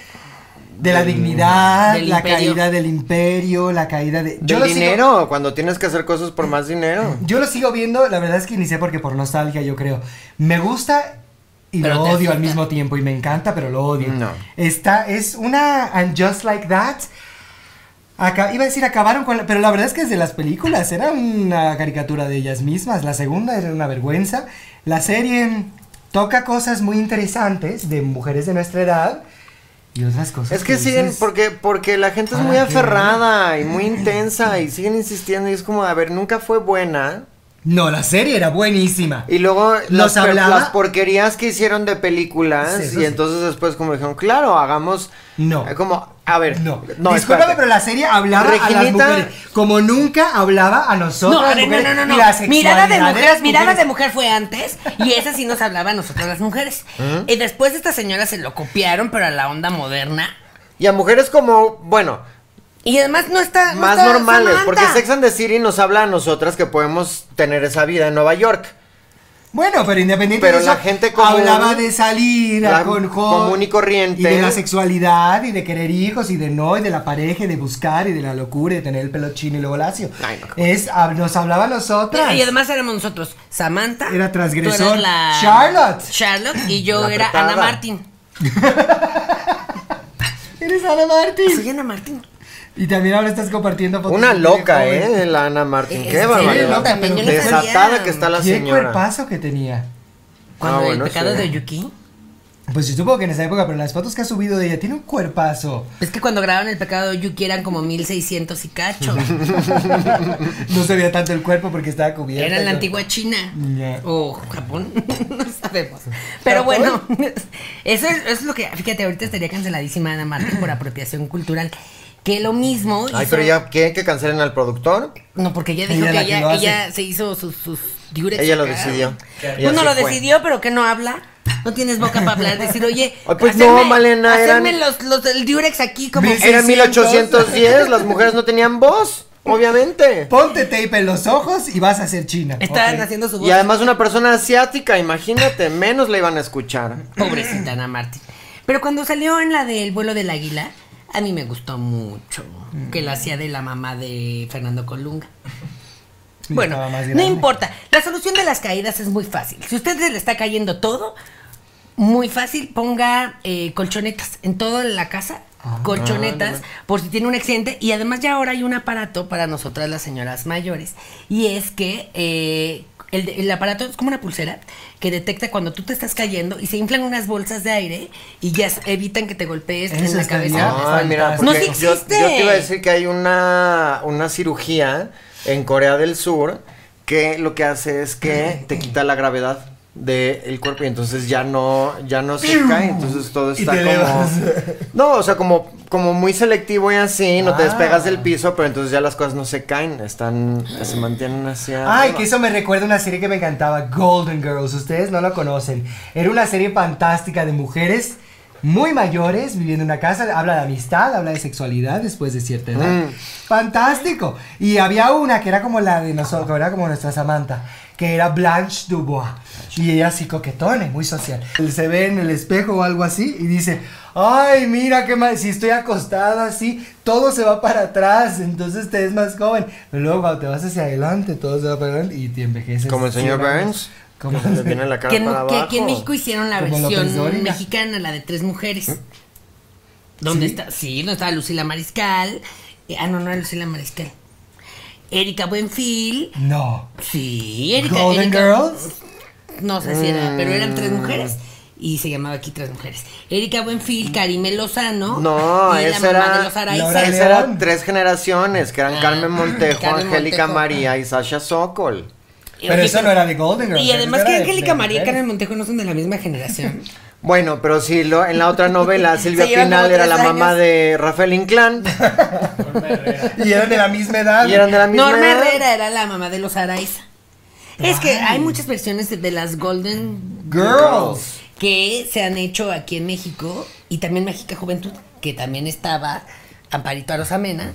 Speaker 3: de la dignidad,
Speaker 2: del
Speaker 3: la
Speaker 2: imperio.
Speaker 3: caída del imperio, la caída de...
Speaker 1: Del
Speaker 3: lo sigo-
Speaker 1: dinero, cuando tienes que hacer cosas por más dinero.
Speaker 3: Yo lo sigo viendo, la verdad es que inicié porque por nostalgia, yo creo. Me gusta y
Speaker 2: Pero
Speaker 3: lo
Speaker 2: te
Speaker 3: odio al
Speaker 2: asusta.
Speaker 3: mismo tiempo y me encanta, pero lo odio.
Speaker 1: No.
Speaker 3: Esta es una And Just Like That. Acá, iba a decir acabaron con la, pero la verdad es que desde las películas era una caricatura de ellas mismas, la segunda era una vergüenza. La serie mm, toca cosas muy interesantes de mujeres de nuestra edad y otras cosas.
Speaker 1: Es que siguen,
Speaker 3: dices,
Speaker 1: porque, porque la gente es
Speaker 3: ¿para
Speaker 1: muy
Speaker 3: qué?
Speaker 1: aferrada y muy intensa y siguen insistiendo y es como, a ver, nunca fue buena.
Speaker 3: No, la serie era buenísima.
Speaker 1: Y luego
Speaker 3: Nos
Speaker 1: las, per-
Speaker 3: hablaba-
Speaker 1: las porquerías que hicieron de películas
Speaker 3: Sí, eso
Speaker 1: y
Speaker 3: sí.
Speaker 1: entonces después como dijeron, claro, hagamos...
Speaker 3: No.
Speaker 1: eh, Como, a ver...
Speaker 3: No, discúlpame,
Speaker 1: espérate.
Speaker 3: pero la serie hablaba a las
Speaker 1: Reginita-
Speaker 3: mujeres como nunca hablaba a nosotros.
Speaker 2: No, a ver, no, no, no, no. Mirada de mujer, mirada de mujer fue antes y esa sí nos hablaba a nosotras las mujeres.
Speaker 3: ¿Eh?
Speaker 2: Y después estas señoras se lo copiaron, pero a la onda moderna.
Speaker 1: Y a mujeres como, bueno,
Speaker 2: Y además no está no
Speaker 1: más
Speaker 2: está
Speaker 1: normales, porque
Speaker 2: Samantha.
Speaker 1: Sex and the City nos habla a nosotras que podemos tener esa vida en Nueva York.
Speaker 3: Bueno, pero independiente
Speaker 1: Pero
Speaker 3: de
Speaker 1: la
Speaker 3: eso,
Speaker 1: gente común,
Speaker 3: hablaba de salir a-
Speaker 1: la
Speaker 3: con jo-
Speaker 1: común y corriente.
Speaker 3: Y de la sexualidad, y de querer hijos, y de no, y de la pareja, y de buscar, y de la locura, y de tener el pelo chino y luego lacio.
Speaker 1: Ay, no.
Speaker 3: es, hab- nos hablaba a nosotras.
Speaker 2: Y además éramos nosotros, Samantha.
Speaker 3: Era
Speaker 2: tú
Speaker 3: transgresor.
Speaker 2: eras la-
Speaker 3: Charlotte.
Speaker 2: Charlotte y yo
Speaker 1: La
Speaker 2: era
Speaker 1: apretada.
Speaker 2: Ana Martín.
Speaker 3: Eres Ana Martín.
Speaker 2: Soy Ana Martín.
Speaker 3: Y también ahora estás compartiendo fotos.
Speaker 1: Una
Speaker 3: de
Speaker 1: loca,
Speaker 3: joven.
Speaker 1: ¿eh? La Ana Martín.
Speaker 2: Es-
Speaker 1: Qué
Speaker 2: es
Speaker 1: barbaridad.
Speaker 3: loca, pero yo no
Speaker 2: sabía.
Speaker 1: Desatada que está la
Speaker 3: Qué
Speaker 1: señora.
Speaker 3: cuerpazo que tenía.
Speaker 2: Cuando
Speaker 1: Ah,
Speaker 2: el
Speaker 1: bueno,
Speaker 2: pecado
Speaker 1: sí.
Speaker 2: de Yuki.
Speaker 3: Pues yo supongo que en esa época, pero las fotos que ha subido de ella, tiene un cuerpazo.
Speaker 2: Es que cuando grabaron el pecado de Yuki eran como 1600 y cacho.
Speaker 3: no se veía tanto el cuerpo porque estaba cubierta.
Speaker 2: Era la
Speaker 3: ¿no?
Speaker 2: antigua China
Speaker 3: Ya.
Speaker 2: o Japón, no sabemos. Pero bueno, eso es, eso es lo que, fíjate, ahorita estaría canceladísima Ana Martín por apropiación cultural. Que lo mismo.
Speaker 1: Ay,
Speaker 2: hizo-
Speaker 1: pero ya, ¿qué? ¿Que cancelen al productor?
Speaker 2: No, porque ella dijo
Speaker 3: Ella
Speaker 2: que
Speaker 3: la que
Speaker 2: ella,
Speaker 3: lo hace.
Speaker 2: ella se hizo sus, sus diurex
Speaker 1: Ella lo
Speaker 2: acá.
Speaker 1: decidió. Y
Speaker 2: Uno
Speaker 1: así
Speaker 2: lo
Speaker 1: fue.
Speaker 2: decidió, pero que no habla. No tienes boca para hablar, decir, oye,
Speaker 1: Ay, pues no, Malena,
Speaker 2: hacerme
Speaker 1: eran-
Speaker 2: los, los, el diurex aquí como...
Speaker 3: Mil-
Speaker 1: Era
Speaker 3: 600.
Speaker 1: 1810, las mujeres no tenían voz, obviamente.
Speaker 3: Ponte tape en los ojos y vas a ser china.
Speaker 2: Estaban
Speaker 3: Ok.
Speaker 2: haciendo su voz.
Speaker 1: Y además una persona asiática, imagínate, menos la iban a escuchar.
Speaker 2: Pobrecita Ana Martín. Pero cuando salió en la del vuelo del águila, a mí me gustó mucho. Que la hacía de la mamá de Fernando Colunga.
Speaker 3: Sí,
Speaker 2: bueno,
Speaker 3: estaba más
Speaker 2: no
Speaker 3: grande.
Speaker 2: importa. La solución de las caídas es muy fácil. Si a usted se le está cayendo todo, muy fácil, ponga eh, colchonetas en toda la casa. colchonetas por si tiene un accidente y además ya ahora hay un aparato para nosotras las señoras mayores y es que eh, el, de- el aparato es como una pulsera que detecta cuando tú te estás cayendo y se inflan unas bolsas de aire y ya s- evitan que te golpees en
Speaker 3: Eso
Speaker 2: la
Speaker 3: está
Speaker 2: cabeza.
Speaker 3: bien.
Speaker 1: Ay, mira,
Speaker 3: No,
Speaker 1: porque
Speaker 2: sí
Speaker 1: yo, yo
Speaker 2: existe.
Speaker 1: te iba a decir que hay una, una cirugía en Corea del Sur que lo que hace es que te quita la gravedad del cuerpo y entonces ya no, ya no se cae, entonces todo
Speaker 3: Y
Speaker 1: está
Speaker 3: te
Speaker 1: como...
Speaker 3: elevas.
Speaker 1: No, o sea, como, como muy selectivo y así, no te
Speaker 3: Ah.
Speaker 1: despegas del piso, pero entonces ya las cosas no se caen, están, se mantienen hacia...
Speaker 3: Ay,
Speaker 1: arriba.
Speaker 3: que eso me recuerda a una serie que me encantaba, Golden Girls. Ustedes no la conocen. Era una serie fantástica de mujeres muy mayores viviendo en una casa. Habla de amistad, habla de sexualidad después de cierta edad. Fantástico. Y había una que era como la de nosotros, era como nuestra Samantha, que era Blanche Dubois. Y ella así coquetona y muy social. Él se ve en el espejo o algo así y dice, ay, mira qué mal, si estoy acostada así, todo se va para atrás, entonces te es más joven. Pero luego cuando te vas hacia adelante, todo se va para adelante y te envejeces.
Speaker 1: Como el señor
Speaker 3: cien años.
Speaker 1: Burns,
Speaker 3: Como-
Speaker 1: que le tiene la cara
Speaker 2: que, en-
Speaker 1: para
Speaker 2: que
Speaker 1: abajo.
Speaker 2: aquí en México hicieron la
Speaker 3: Como López
Speaker 2: versión
Speaker 3: Dóriga. ¿Eh?
Speaker 2: mexicana, la de tres mujeres. ¿Dónde
Speaker 3: ¿Sí?
Speaker 2: está? Sí, no estaba Lucila Mariscal. Eh, ah, no, no era Lucila Mariscal. Erika Buenfil.
Speaker 3: No.
Speaker 2: Sí, Erika.
Speaker 3: Golden
Speaker 2: Erika-
Speaker 3: Girls.
Speaker 2: No sé si era, pero eran
Speaker 1: Mm.
Speaker 2: tres mujeres. Y se llamaba aquí Tres Mujeres. Erika Buenfil, Karime Lozano.
Speaker 1: No,
Speaker 2: y la
Speaker 1: esa
Speaker 2: mamá
Speaker 1: era,
Speaker 2: de los Araiza.
Speaker 3: Laura
Speaker 1: esa era
Speaker 3: León.
Speaker 1: tres generaciones, que eran Carmen Montejo,
Speaker 2: Carmen
Speaker 1: Angélica
Speaker 2: Montejo.
Speaker 1: María y Sasha Sokol.
Speaker 2: Y
Speaker 3: Pero
Speaker 2: oye,
Speaker 3: eso no era de Golden Girls.
Speaker 2: Y
Speaker 3: eso
Speaker 2: además
Speaker 3: era
Speaker 2: que
Speaker 3: de-
Speaker 2: Angélica
Speaker 3: de
Speaker 2: María y
Speaker 3: mujeres.
Speaker 2: Carmen Montejo no son de la misma generación.
Speaker 1: Bueno, pero si lo, en la otra novela Silvia
Speaker 2: Se llevan como
Speaker 1: Pinal era la
Speaker 2: tres
Speaker 1: mamá
Speaker 2: años.
Speaker 1: de Rafael Inclán
Speaker 3: Y eran de la misma edad.
Speaker 1: y eran de la misma
Speaker 2: Norma
Speaker 1: edad.
Speaker 2: Herrera era la mamá de los Araiza. Es que hay muchas versiones de, de las Golden
Speaker 3: Girls.
Speaker 2: que se han hecho aquí en México y también México Juventud, que también estaba Amparito Arosamena,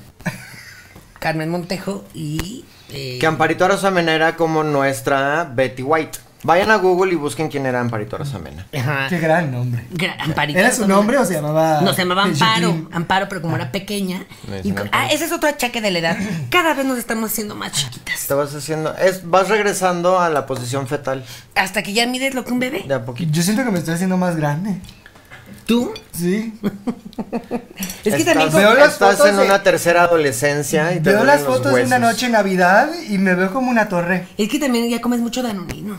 Speaker 2: Carmen Montejo y... eh,
Speaker 1: Que Amparito Arosamena era como nuestra Betty White. Vayan a Google y busquen quién era Amparito Arosamena.
Speaker 2: ajá.
Speaker 3: Qué gran nombre.
Speaker 2: Gra- Amparito
Speaker 3: ¿Era su
Speaker 2: Arosamena.
Speaker 3: nombre o se llamaba?
Speaker 2: Ah. No, se llamaba Amparo,
Speaker 3: Joaquín?
Speaker 2: Amparo, pero
Speaker 1: Ah.
Speaker 2: como era pequeña.
Speaker 1: Le
Speaker 2: y-
Speaker 1: dicen Amparo.
Speaker 2: ah, ese es otro achaque de la edad. Cada vez nos estamos haciendo más chiquitas.
Speaker 1: Te vas haciendo, es, vas regresando a la posición fetal
Speaker 2: Hasta que ya mides lo que un bebé.
Speaker 1: de a poquito.
Speaker 3: Yo siento que me estoy haciendo más grande.
Speaker 2: ¿Tú?
Speaker 3: Sí.
Speaker 2: Es que
Speaker 1: estás,
Speaker 2: también...
Speaker 3: como- Veo las
Speaker 1: estás
Speaker 3: fotos
Speaker 1: en
Speaker 3: de-
Speaker 1: una tercera adolescencia y te
Speaker 3: Veo
Speaker 1: duelen
Speaker 3: las
Speaker 1: los
Speaker 3: fotos de una
Speaker 1: huesos.
Speaker 3: noche en Navidad y me veo como una torre.
Speaker 2: Es que también ya comes mucho danonino.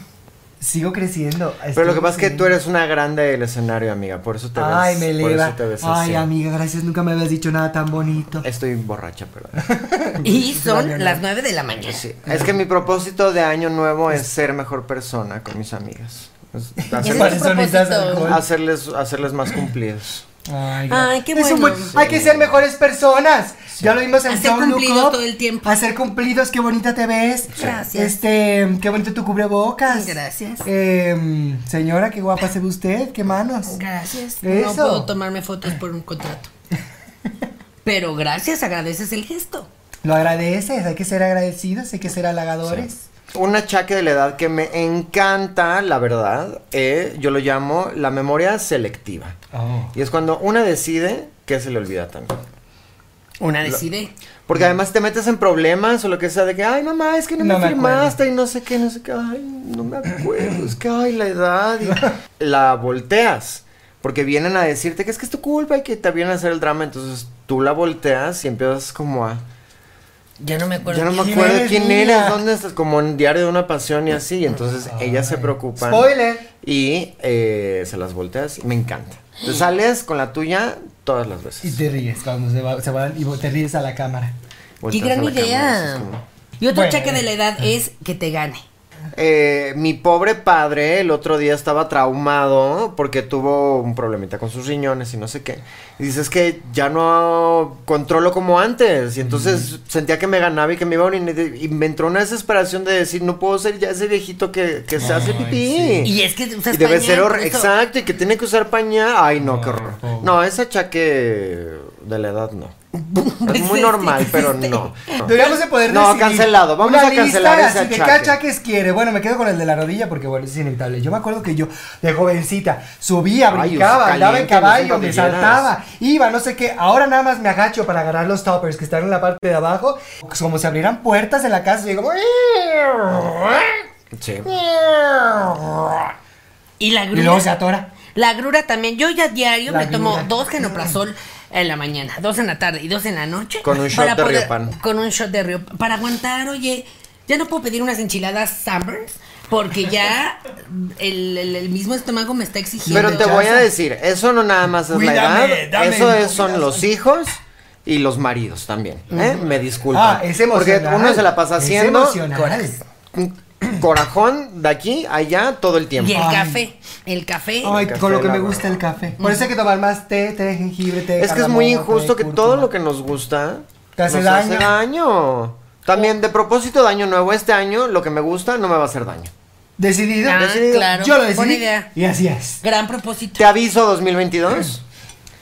Speaker 3: Sigo creciendo.
Speaker 1: Pero lo que pasa es que tú eres una grande del escenario, amiga. Por eso te
Speaker 3: Ay,
Speaker 1: ves.
Speaker 3: me
Speaker 1: por
Speaker 3: eleva.
Speaker 1: eso te ves así.
Speaker 3: Ay, amiga, gracias. Nunca me habías dicho nada tan bonito.
Speaker 1: Estoy borracha, perdón.
Speaker 2: Y
Speaker 3: no.
Speaker 2: son las 9 de la mañana.
Speaker 1: Sí. Es que mi propósito de año nuevo es ser mejor persona con mis amigas. Es
Speaker 2: Ese
Speaker 1: hacer-
Speaker 2: es
Speaker 3: Para
Speaker 2: tu
Speaker 3: eso necesitas
Speaker 2: propósito.
Speaker 3: alcohol.
Speaker 1: hacerles, hacerles más cumplidos.
Speaker 3: Ay,
Speaker 2: Ay, qué
Speaker 3: es un
Speaker 2: bueno.
Speaker 3: buen- Hay que ser mejores personas. Ya lo vimos en
Speaker 2: Hacer
Speaker 3: Don't Look
Speaker 2: cumplidos
Speaker 3: Up.
Speaker 2: todo el tiempo.
Speaker 3: Hacer cumplidos, qué bonita te ves.
Speaker 2: Gracias.
Speaker 3: Este, qué bonito tu cubrebocas.
Speaker 2: Gracias.
Speaker 3: Em, señora, qué guapa se ve usted, qué manos.
Speaker 2: Gracias.
Speaker 3: Eso.
Speaker 2: No puedo tomarme fotos por un contrato. Pero gracias, agradeces el gesto.
Speaker 3: Lo agradeces, hay que ser agradecidos, hay que ser halagadores.
Speaker 1: un achaque de la edad que me encanta, la verdad, eh, yo lo llamo la memoria selectiva.
Speaker 3: Oh.
Speaker 1: Y es cuando una decide que se le olvida también.
Speaker 2: Una decide.
Speaker 1: Porque además te metes en problemas o lo que sea de que, ay mamá, es que no,
Speaker 3: No
Speaker 1: me,
Speaker 3: me
Speaker 1: firmaste y no sé qué, no sé qué, ay, no me acuerdo, es que, ay, la edad. y- la volteas, porque vienen a decirte que es que es tu culpa y que te vienen a hacer el drama, entonces tú la volteas y empiezas como a...
Speaker 2: Ya no me acuerdo.
Speaker 1: Ya no me
Speaker 3: ¿Quién
Speaker 1: acuerdo
Speaker 3: eres,
Speaker 1: quién
Speaker 3: niña?
Speaker 1: eres, dónde estás, como en Diario de una Pasión y así, y entonces ellas se
Speaker 3: Ay.
Speaker 1: preocupan.
Speaker 3: Spoiler.
Speaker 1: Y eh, se las volteas y me encanta. Te sales con la tuya todas las veces.
Speaker 3: Y te ríes cuando se, va- se van y vo- te ríes a la cámara.
Speaker 2: Qué
Speaker 1: Volteas a
Speaker 2: gran
Speaker 1: la cámara,
Speaker 2: idea.
Speaker 1: así es como- Ah.
Speaker 2: Y otro
Speaker 3: Bueno.
Speaker 2: achaque de la edad es que te gane.
Speaker 1: Eh, mi pobre padre el otro día estaba traumado porque tuvo un problemita con sus riñones y no sé qué. Y dices que ya no controlo como antes. Y entonces sentía que me ganaba y que me iba a orinar. Y me entró una desesperación de decir, no puedo ser ya ese viejito que, que se hace
Speaker 3: Ay,
Speaker 1: pipí.
Speaker 3: sí.
Speaker 2: Y es que usas
Speaker 1: Y debe
Speaker 2: pañal,
Speaker 1: ser
Speaker 2: por
Speaker 1: hor-
Speaker 2: eso-
Speaker 1: exacto, y que tiene que usar pañal. Ay, no,
Speaker 3: No,
Speaker 1: qué horror.
Speaker 3: pobre.
Speaker 1: No, ese achaque de la edad no.
Speaker 2: Pues
Speaker 1: Es muy
Speaker 2: este,
Speaker 1: normal, pero
Speaker 2: este.
Speaker 1: no.
Speaker 3: Deberíamos de poder
Speaker 1: No,
Speaker 3: recibir
Speaker 1: cancelado. Vamos
Speaker 3: una
Speaker 1: a cancelar
Speaker 3: lista,
Speaker 1: ese
Speaker 3: así que, ¿qué
Speaker 1: achaque.
Speaker 3: achaques quiere? Bueno, me quedo con el de la rodilla porque, bueno, es inevitable. Yo me acuerdo que yo, de jovencita, subía,
Speaker 1: Ay,
Speaker 3: brincaba,
Speaker 1: usted
Speaker 3: andaba
Speaker 1: caliente,
Speaker 3: en caballo,
Speaker 1: usen
Speaker 3: me
Speaker 1: rodilleras.
Speaker 3: saltaba, iba, no sé qué. Ahora nada más me agacho para agarrar los toppers que están en la parte de abajo. Como si abrieran puertas en la casa y digo...
Speaker 1: Sí.
Speaker 2: Y la
Speaker 3: Y luego se
Speaker 2: grúa.
Speaker 3: atora.
Speaker 2: La grura también. Yo ya diario
Speaker 3: La
Speaker 2: me tomo
Speaker 3: grura.
Speaker 2: dos genoprazol en la mañana, dos en la tarde y dos en la noche.
Speaker 1: Con un shot
Speaker 2: para
Speaker 1: de
Speaker 2: poder-
Speaker 1: Riopan.
Speaker 2: Con un shot de río. Para aguantar, oye, ya no puedo pedir unas enchiladas Sunburns porque ya el, el- el mismo estómago me está exigiendo.
Speaker 1: Pero te voy a decir, eso no nada más es la
Speaker 3: Cuídame,
Speaker 1: edad,
Speaker 3: dame
Speaker 1: eso es-
Speaker 3: comida.
Speaker 1: son los hijos y los maridos también. ¿eh? Me disculpa.
Speaker 3: Ah, es emocional.
Speaker 1: Porque uno se la pasa
Speaker 3: Es
Speaker 1: haciendo
Speaker 3: emocional.
Speaker 1: corajón de aquí a allá todo el tiempo.
Speaker 2: Y el
Speaker 3: Ay.
Speaker 2: café, el café.
Speaker 3: Ay,
Speaker 1: café,
Speaker 3: con lo que
Speaker 1: la
Speaker 3: me
Speaker 1: verdad.
Speaker 3: gusta el café. Por eso hay que tomar más té, té de jengibre, té de
Speaker 1: Es que es muy
Speaker 3: cardamomo, té de
Speaker 1: injusto que todo
Speaker 3: cúrcuma.
Speaker 1: lo que nos gusta
Speaker 3: Te hace
Speaker 1: nos hace daño. También de propósito de año nuevo, este año lo que me gusta no me va a hacer daño.
Speaker 3: Decidido,
Speaker 2: Ah,
Speaker 3: decidido.
Speaker 2: claro.
Speaker 3: Yo lo decidí.
Speaker 2: Buena idea.
Speaker 3: Y así es.
Speaker 2: Gran propósito.
Speaker 1: Te aviso 2022.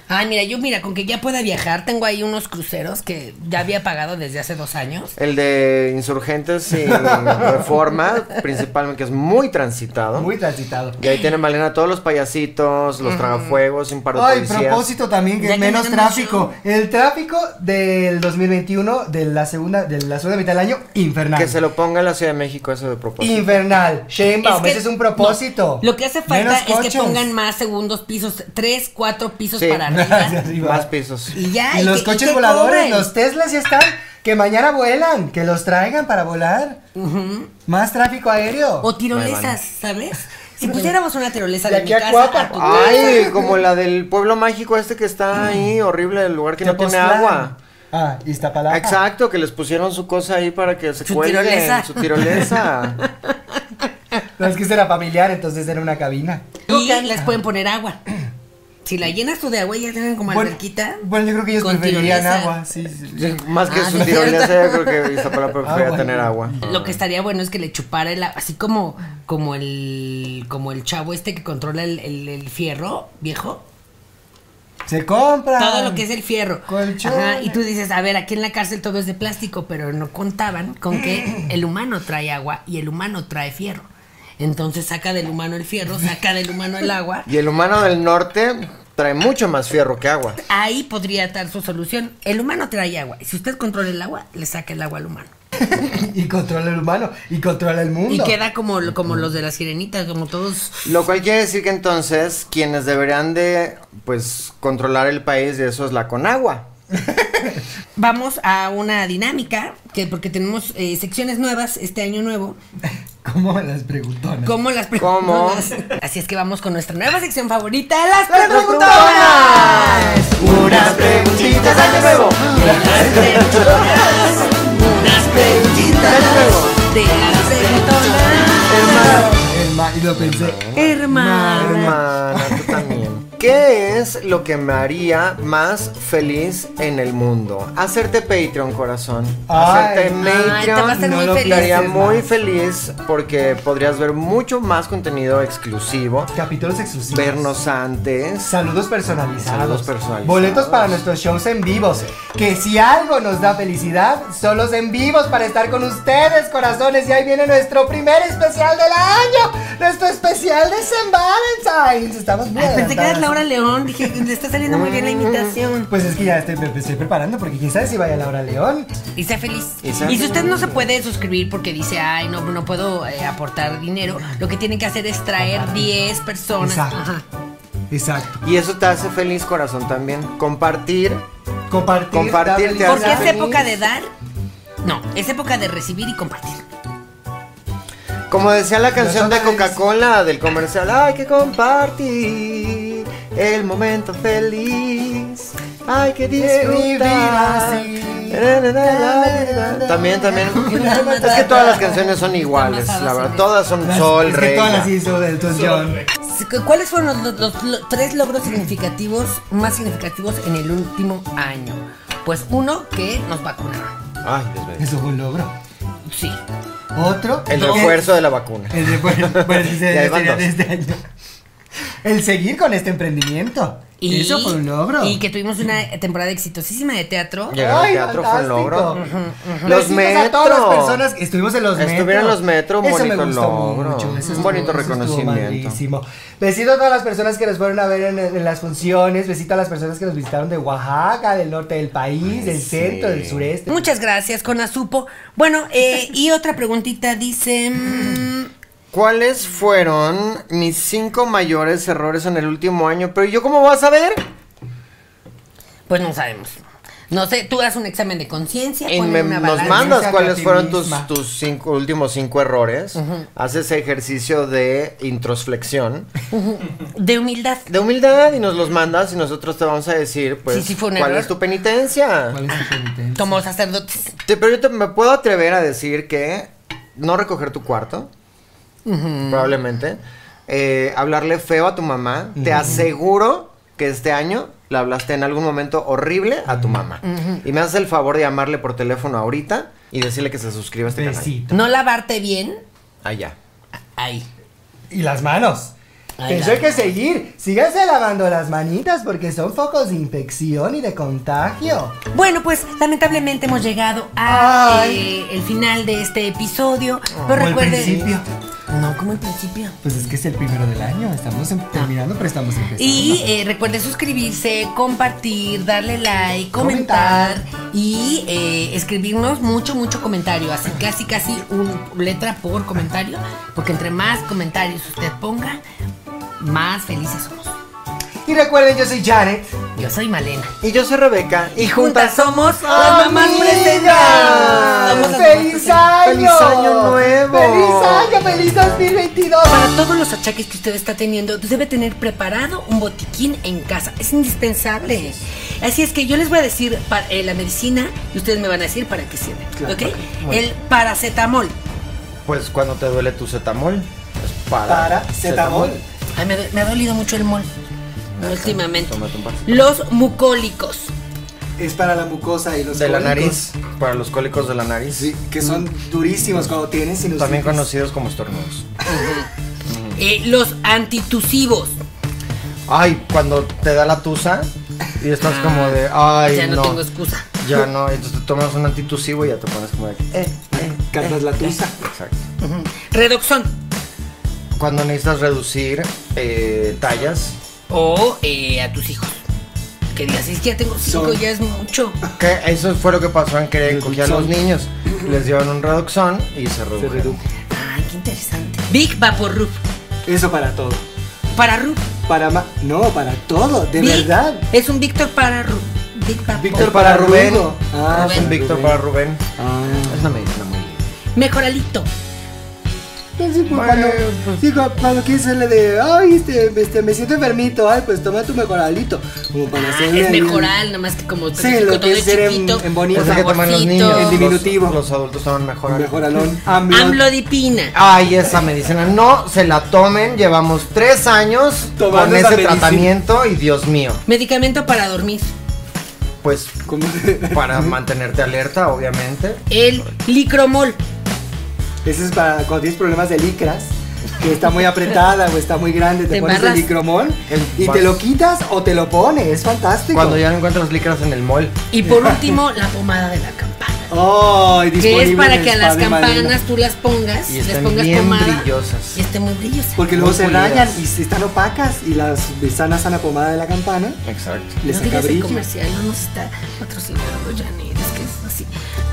Speaker 2: Ay, mira, yo mira, con que ya pueda viajar, tengo ahí unos cruceros que ya había pagado desde hace dos años.
Speaker 1: El de insurgentes y reforma, principalmente, que es muy transitado.
Speaker 3: Muy transitado.
Speaker 1: Y ahí tiene Malena todos los payasitos, los tragafuegos, un par de
Speaker 3: Ay,
Speaker 1: policías.
Speaker 3: propósito también
Speaker 2: Ya
Speaker 3: que
Speaker 2: que
Speaker 3: menos
Speaker 2: tenemos
Speaker 3: tráfico. El tráfico del 2021 de la segunda de la segunda mitad del año infernal.
Speaker 1: Que se lo ponga en la Ciudad de México eso de propósito.
Speaker 3: Infernal. Shane
Speaker 2: que-
Speaker 3: ese es un propósito.
Speaker 2: no, lo que hace falta
Speaker 3: Menos
Speaker 2: es que
Speaker 3: coches.
Speaker 2: pongan más segundos pisos, tres, cuatro pisos
Speaker 1: Sí.
Speaker 2: para
Speaker 3: Hacia
Speaker 2: arriba.
Speaker 3: arriba.
Speaker 1: Más pisos.
Speaker 2: y ya.
Speaker 3: Y los
Speaker 2: que-
Speaker 3: coches
Speaker 2: que
Speaker 3: voladores,
Speaker 2: cobren.
Speaker 3: los Teslas ya están. Que mañana vuelan, que los traigan para volar. Más tráfico aéreo.
Speaker 2: O
Speaker 1: Ahí van.
Speaker 2: tirolesas, ¿sabes? Si pusiéramos una tirolesa
Speaker 3: De
Speaker 2: de,
Speaker 3: aquí
Speaker 2: mi
Speaker 3: a
Speaker 2: casa
Speaker 3: Cuapa.
Speaker 2: a tu
Speaker 1: Ay, como la del pueblo mágico este que
Speaker 2: Mm.
Speaker 1: está ahí, horrible, el lugar que no tiene
Speaker 3: Tepoztlán.
Speaker 1: agua.
Speaker 3: Ah, Iztapalapa.
Speaker 1: Exacto, que les pusieron su cosa ahí para que se
Speaker 2: Su
Speaker 1: cuelguen,
Speaker 2: tirolesa.
Speaker 1: su tirolesa.
Speaker 3: No, es que ese era familiar, entonces era una cabina.
Speaker 2: y les pueden poner agua. Si la llenas tú de agua, ya tienen como
Speaker 3: Bueno,
Speaker 2: alberquita.
Speaker 3: bueno, yo creo que ellos
Speaker 2: con
Speaker 3: preferirían
Speaker 2: tirolesa.
Speaker 3: agua. Sí, sí.
Speaker 1: Más que
Speaker 2: Ah,
Speaker 1: su
Speaker 2: ¿no es cierto? Ah,
Speaker 1: tirolesa, yo creo que Iztapalapa prefería
Speaker 3: Agua.
Speaker 1: tener agua.
Speaker 2: Lo que estaría bueno es que le chupara el, a- así como como el como el chavo este que controla el, el- el fierro viejo.
Speaker 3: Se compra.
Speaker 2: Todo lo que es el fierro.
Speaker 3: Colchones.
Speaker 2: Ajá, y tú dices, a ver, aquí en la cárcel todo es de plástico, pero no contaban con que el humano trae agua y el humano trae fierro. Entonces saca del humano el fierro, saca del humano el agua.
Speaker 1: Y el humano del norte trae mucho más fierro que agua.
Speaker 2: Ahí podría estar su solución. El humano trae agua. Si usted controla el agua, le saca el agua al humano.
Speaker 3: Y controla el humano. Y controla el mundo.
Speaker 2: Y queda como, lo- como los de la sirenita, como todos
Speaker 1: Lo cual quiere decir que entonces quienes deberían de pues controlar el país de eso es la Conagua.
Speaker 2: Vamos a una dinámica, que porque tenemos eh, secciones nuevas este año nuevo,
Speaker 3: ¿Cómo me las preguntó? no?
Speaker 2: como las
Speaker 1: ¿Cómo?
Speaker 2: preguntas. Así es que vamos con nuestra nueva sección favorita, las
Speaker 3: ¡Las
Speaker 2: preguntonas.
Speaker 3: preguntonas! Unas preguntitas año nuevo.
Speaker 2: Las preguntonas, unas preguntitas de las preguntonas.
Speaker 3: Herma- Y lo pensé.
Speaker 2: Hermana.
Speaker 1: Hermana, tú también. ¿Qué es lo que me haría más feliz en el mundo? Hacerte Patreon, corazón.
Speaker 3: Ay.
Speaker 1: Hacerte
Speaker 3: Ay,
Speaker 2: Ay, te va a
Speaker 1: Patreon.
Speaker 2: hacer
Speaker 3: no
Speaker 2: muy
Speaker 3: lo
Speaker 1: Te
Speaker 2: feliz.
Speaker 1: haría
Speaker 3: Felices
Speaker 1: muy
Speaker 3: más.
Speaker 1: feliz porque podrías ver mucho más contenido exclusivo,
Speaker 3: Capítulos exclusivos.
Speaker 1: vernos antes.
Speaker 3: Saludos personalizados.
Speaker 1: Saludos personalizados.
Speaker 3: Boletos para nuestros shows en vivos. Que si algo nos da felicidad, son los en vivos para estar con ustedes, corazones. Y ahí viene nuestro primer especial del año. Nuestro especial de San Valentine's. Estamos muy
Speaker 2: Ay, Ah, pensé que
Speaker 3: adelantadas.
Speaker 2: era Laura León. Dije, le está saliendo muy bien la imitación.
Speaker 3: Pues es que ya estoy, me estoy preparando porque quién sabe si vaya Laura León.
Speaker 2: Y sea feliz.
Speaker 1: Y sea
Speaker 2: Y si usted no
Speaker 1: feliz.
Speaker 2: se puede suscribir porque dice, ay, no, no puedo eh, aportar dinero, lo que tiene que hacer es traer 10 personas.
Speaker 3: Exacto.
Speaker 2: Ajá.
Speaker 3: Exacto.
Speaker 1: Y eso te hace feliz, corazón, también. Compartir.
Speaker 3: Compartir.
Speaker 1: Compartir
Speaker 3: da
Speaker 1: te hace
Speaker 2: Porque
Speaker 3: felicidad.
Speaker 2: es
Speaker 1: feliz.
Speaker 2: época de dar. No, es época de recibir y compartir.
Speaker 1: Como decía la canción de
Speaker 3: Nosotros-
Speaker 1: Coca-Cola del comercial, hay que compartir el momento feliz. Hay que
Speaker 3: vivir
Speaker 1: disfrutar.
Speaker 3: así.
Speaker 1: Na, na, na, na. También, también. Es que todas las canciones son iguales, la verdad. Todas son
Speaker 3: Las-
Speaker 1: sol,
Speaker 3: es que
Speaker 1: rey.
Speaker 3: todas las hizo del Elton John.
Speaker 2: ¿Cuáles fueron los, los- los tres logros significativos, más significativos en el último año? Pues uno, que nos vacunaron.
Speaker 1: Ay, Dios mío.
Speaker 3: Eso fue un logro.
Speaker 2: Sí.
Speaker 3: Otro.
Speaker 1: El
Speaker 3: Dos.
Speaker 1: refuerzo de la vacuna.
Speaker 3: El de, bueno, bueno, sí,
Speaker 1: Ya
Speaker 3: sería
Speaker 1: van
Speaker 3: de
Speaker 1: dos.
Speaker 3: este año. El seguir con este emprendimiento.
Speaker 2: Y,
Speaker 3: Eso fue un logro.
Speaker 2: Y que tuvimos una temporada exitosísima de teatro.
Speaker 1: Llegar al
Speaker 3: Ay,
Speaker 1: teatro fue un
Speaker 3: fantástico.
Speaker 1: logro. Los
Speaker 3: Besitos a todas las
Speaker 1: metros.
Speaker 3: personas. Estuvimos en los metros.
Speaker 1: Estuvieron en los metro, un
Speaker 3: Eso me
Speaker 1: bonito
Speaker 3: gustó
Speaker 1: logro.
Speaker 3: mucho, eso
Speaker 1: Un
Speaker 3: estuvo-
Speaker 1: bonito
Speaker 3: eso estuvo
Speaker 1: reconocimiento.
Speaker 3: padrísimo. Besito a todas las personas que nos fueron a ver en, en las funciones. Besito a las personas que nos visitaron de Oaxaca, del norte del país, del
Speaker 1: sí.
Speaker 3: centro, del sureste.
Speaker 2: Muchas gracias, Conazupo. Bueno, eh, y otra preguntita dice... mm,
Speaker 1: ¿Cuáles fueron mis cinco mayores errores en el último año? Pero yo, ¿cómo vas a ver?
Speaker 2: Pues no sabemos. No sé, tú haz un examen de conciencia.
Speaker 1: Y
Speaker 2: pon
Speaker 1: me-
Speaker 2: una
Speaker 1: nos
Speaker 2: balanza.
Speaker 1: mandas
Speaker 3: Piénsate a
Speaker 1: cuáles
Speaker 3: ti
Speaker 1: fueron tus,
Speaker 3: misma.
Speaker 1: tus cinco, últimos cinco errores. Haces ejercicio de introspección,
Speaker 2: De humildad.
Speaker 1: de humildad y nos los mandas y nosotros te vamos a decir, pues,
Speaker 2: Sí, sí fue un
Speaker 1: cuál
Speaker 2: error.
Speaker 1: es tu penitencia.
Speaker 3: ¿Cuál es tu penitencia?
Speaker 2: Como sacerdotes.
Speaker 1: Te- pero yo te- me puedo atrever a decir que no recoger tu cuarto, probablemente. eh, hablarle feo a tu mamá. Te aseguro que este año le hablaste en algún momento horrible a tu mamá. Y me haces el favor de llamarle por teléfono ahorita y decirle que se suscriba a este canal.
Speaker 3: Besito.
Speaker 2: No lavarte bien.
Speaker 1: Allá.
Speaker 2: Ahí.
Speaker 3: Y las manos.
Speaker 2: Ay,
Speaker 3: Eso
Speaker 2: la-
Speaker 3: hay que seguir. Síganse lavando las manitas porque son focos de infección y de contagio.
Speaker 2: Bueno, pues lamentablemente hemos llegado a
Speaker 3: Ay.
Speaker 2: eh, el final de este episodio.
Speaker 3: Como
Speaker 2: pero
Speaker 3: el
Speaker 2: recuerden.
Speaker 3: principio.
Speaker 2: No, como el principio.
Speaker 3: Pues es que es el primero del año. Estamos em- terminando, pero estamos empezando.
Speaker 2: Y eh, recuerden suscribirse, compartir, darle like, comentar y eh, escribirnos mucho, mucho comentario. Así casi, casi un letra por comentario. Porque entre más comentarios usted ponga, más felices somos.
Speaker 3: Y recuerden, yo soy Janet.
Speaker 2: Yo soy Malena.
Speaker 1: Y yo soy Rebeca y juntas.
Speaker 2: somos
Speaker 3: ¡Amigas!
Speaker 2: las mamás presentas. Somos las
Speaker 3: ¡Feliz año!
Speaker 1: ¡Feliz año nuevo!
Speaker 3: ¡Feliz año! ¡Feliz 2022!
Speaker 2: Para todos los achaques que usted está teniendo, debe tener preparado un botiquín en casa. Es indispensable. Así es que yo les voy a decir pa- eh, la medicina y ustedes me van a decir para qué sirve.
Speaker 3: Claro,
Speaker 2: ¿Ok?
Speaker 3: ok, muy
Speaker 2: El paracetamol.
Speaker 1: Pues cuando te duele tu cetamol, pues para.
Speaker 3: Para cetamol.
Speaker 2: Ay, me, do- me ha dolido mucho el mol últimamente.
Speaker 1: tómate un paracetamol.
Speaker 2: Los mucólicos.
Speaker 3: Es para la mucosa y los
Speaker 1: De la
Speaker 3: cólicos,
Speaker 1: nariz. Para los cólicos de la nariz.
Speaker 3: sí, que son durísimos cuando tienes sinusitis.
Speaker 1: También conocidos como estornudos.
Speaker 2: eh, los antitusivos.
Speaker 1: Ay, cuando te da la tusa y estás
Speaker 2: Ah,
Speaker 1: como de, ay,
Speaker 2: ya no,
Speaker 1: no,
Speaker 2: tengo excusa.
Speaker 1: ya no, entonces te tomas un antitusivo y ya te pones como de, eh,
Speaker 3: Cantas la tusa.
Speaker 1: exacto.
Speaker 2: Redoxón.
Speaker 1: Cuando necesitas reducir eh, tallas,
Speaker 2: O eh, a tus hijos. Que digas, es que ya tengo cinco,
Speaker 3: Son-
Speaker 2: ya es mucho.
Speaker 1: que eso fue lo que pasó en que cogían los
Speaker 3: Reduxón.
Speaker 1: niños, les dieron un redoxón y se redujo.
Speaker 2: Ay, qué interesante. Big Vaporrup.
Speaker 3: Eso para todo.
Speaker 2: Para Rup.
Speaker 3: Para ma- No, para todo. De
Speaker 2: Big
Speaker 3: verdad.
Speaker 2: Es un Víctor para Rup. Big Vaporrup.
Speaker 1: Víctor para Rubén,
Speaker 3: Rugo. Ah,
Speaker 1: es un Víctor para Rubén,
Speaker 3: Ah.
Speaker 1: es una medicina muy
Speaker 2: Mejoralito.
Speaker 3: Entonces, pues, cuando, digo, cuando quieres hacerle de, ay, este, este, me siento enfermito, ay, pues toma tu mejoralito. Como para
Speaker 2: Ah,
Speaker 3: hacerle
Speaker 2: es
Speaker 3: ahí un-
Speaker 2: mejoral, nomás que como
Speaker 3: Sí, lo
Speaker 2: todo
Speaker 3: que es ser en-
Speaker 2: chiquito.
Speaker 3: en bonito.
Speaker 2: con
Speaker 3: Es lo que
Speaker 1: toman los niños.
Speaker 2: saborcito.
Speaker 3: En diminutivo.
Speaker 1: Los, los adultos toman mejor.
Speaker 3: un Mejoralón.
Speaker 2: Amlodipina.
Speaker 1: Ay, esa medicina. No se la tomen. Llevamos tres años
Speaker 3: Tomando
Speaker 1: con
Speaker 3: esa
Speaker 1: ese
Speaker 3: medicina.
Speaker 1: tratamiento y Dios mío.
Speaker 2: Medicamento para dormir.
Speaker 1: Pues
Speaker 3: ¿Cómo se-
Speaker 1: para mantenerte alerta, obviamente.
Speaker 2: El licromol.
Speaker 3: Ese es para cuando tienes problemas de licras, que está muy apretada o está muy grande, te,
Speaker 2: Te
Speaker 3: pones el
Speaker 2: embarras.
Speaker 3: licromol
Speaker 1: El
Speaker 3: y
Speaker 1: vas-
Speaker 3: te lo quitas o te lo pones, es fantástico.
Speaker 1: Cuando ya no encuentras licras en el mall.
Speaker 2: Y por último, la pomada de la campana.
Speaker 3: Ay,
Speaker 2: Que es
Speaker 3: disponible
Speaker 2: para
Speaker 3: en
Speaker 2: que a
Speaker 3: el
Speaker 2: las
Speaker 3: spa de Marina.
Speaker 2: campanas tú las pongas,
Speaker 1: Y
Speaker 2: les
Speaker 1: están
Speaker 2: pongas
Speaker 1: bien
Speaker 2: pomada.
Speaker 1: brillosas.
Speaker 2: Y esté muy brillosa.
Speaker 3: Porque luego
Speaker 1: Muy
Speaker 3: se
Speaker 1: pulidas.
Speaker 3: rayan y se- están opacas y las sanas a la pomada de la campana
Speaker 1: Exacto.
Speaker 3: les
Speaker 2: no
Speaker 3: saca
Speaker 2: digas el
Speaker 3: brillo.
Speaker 2: comercial, no nos está patrocinando Janet, es que es así.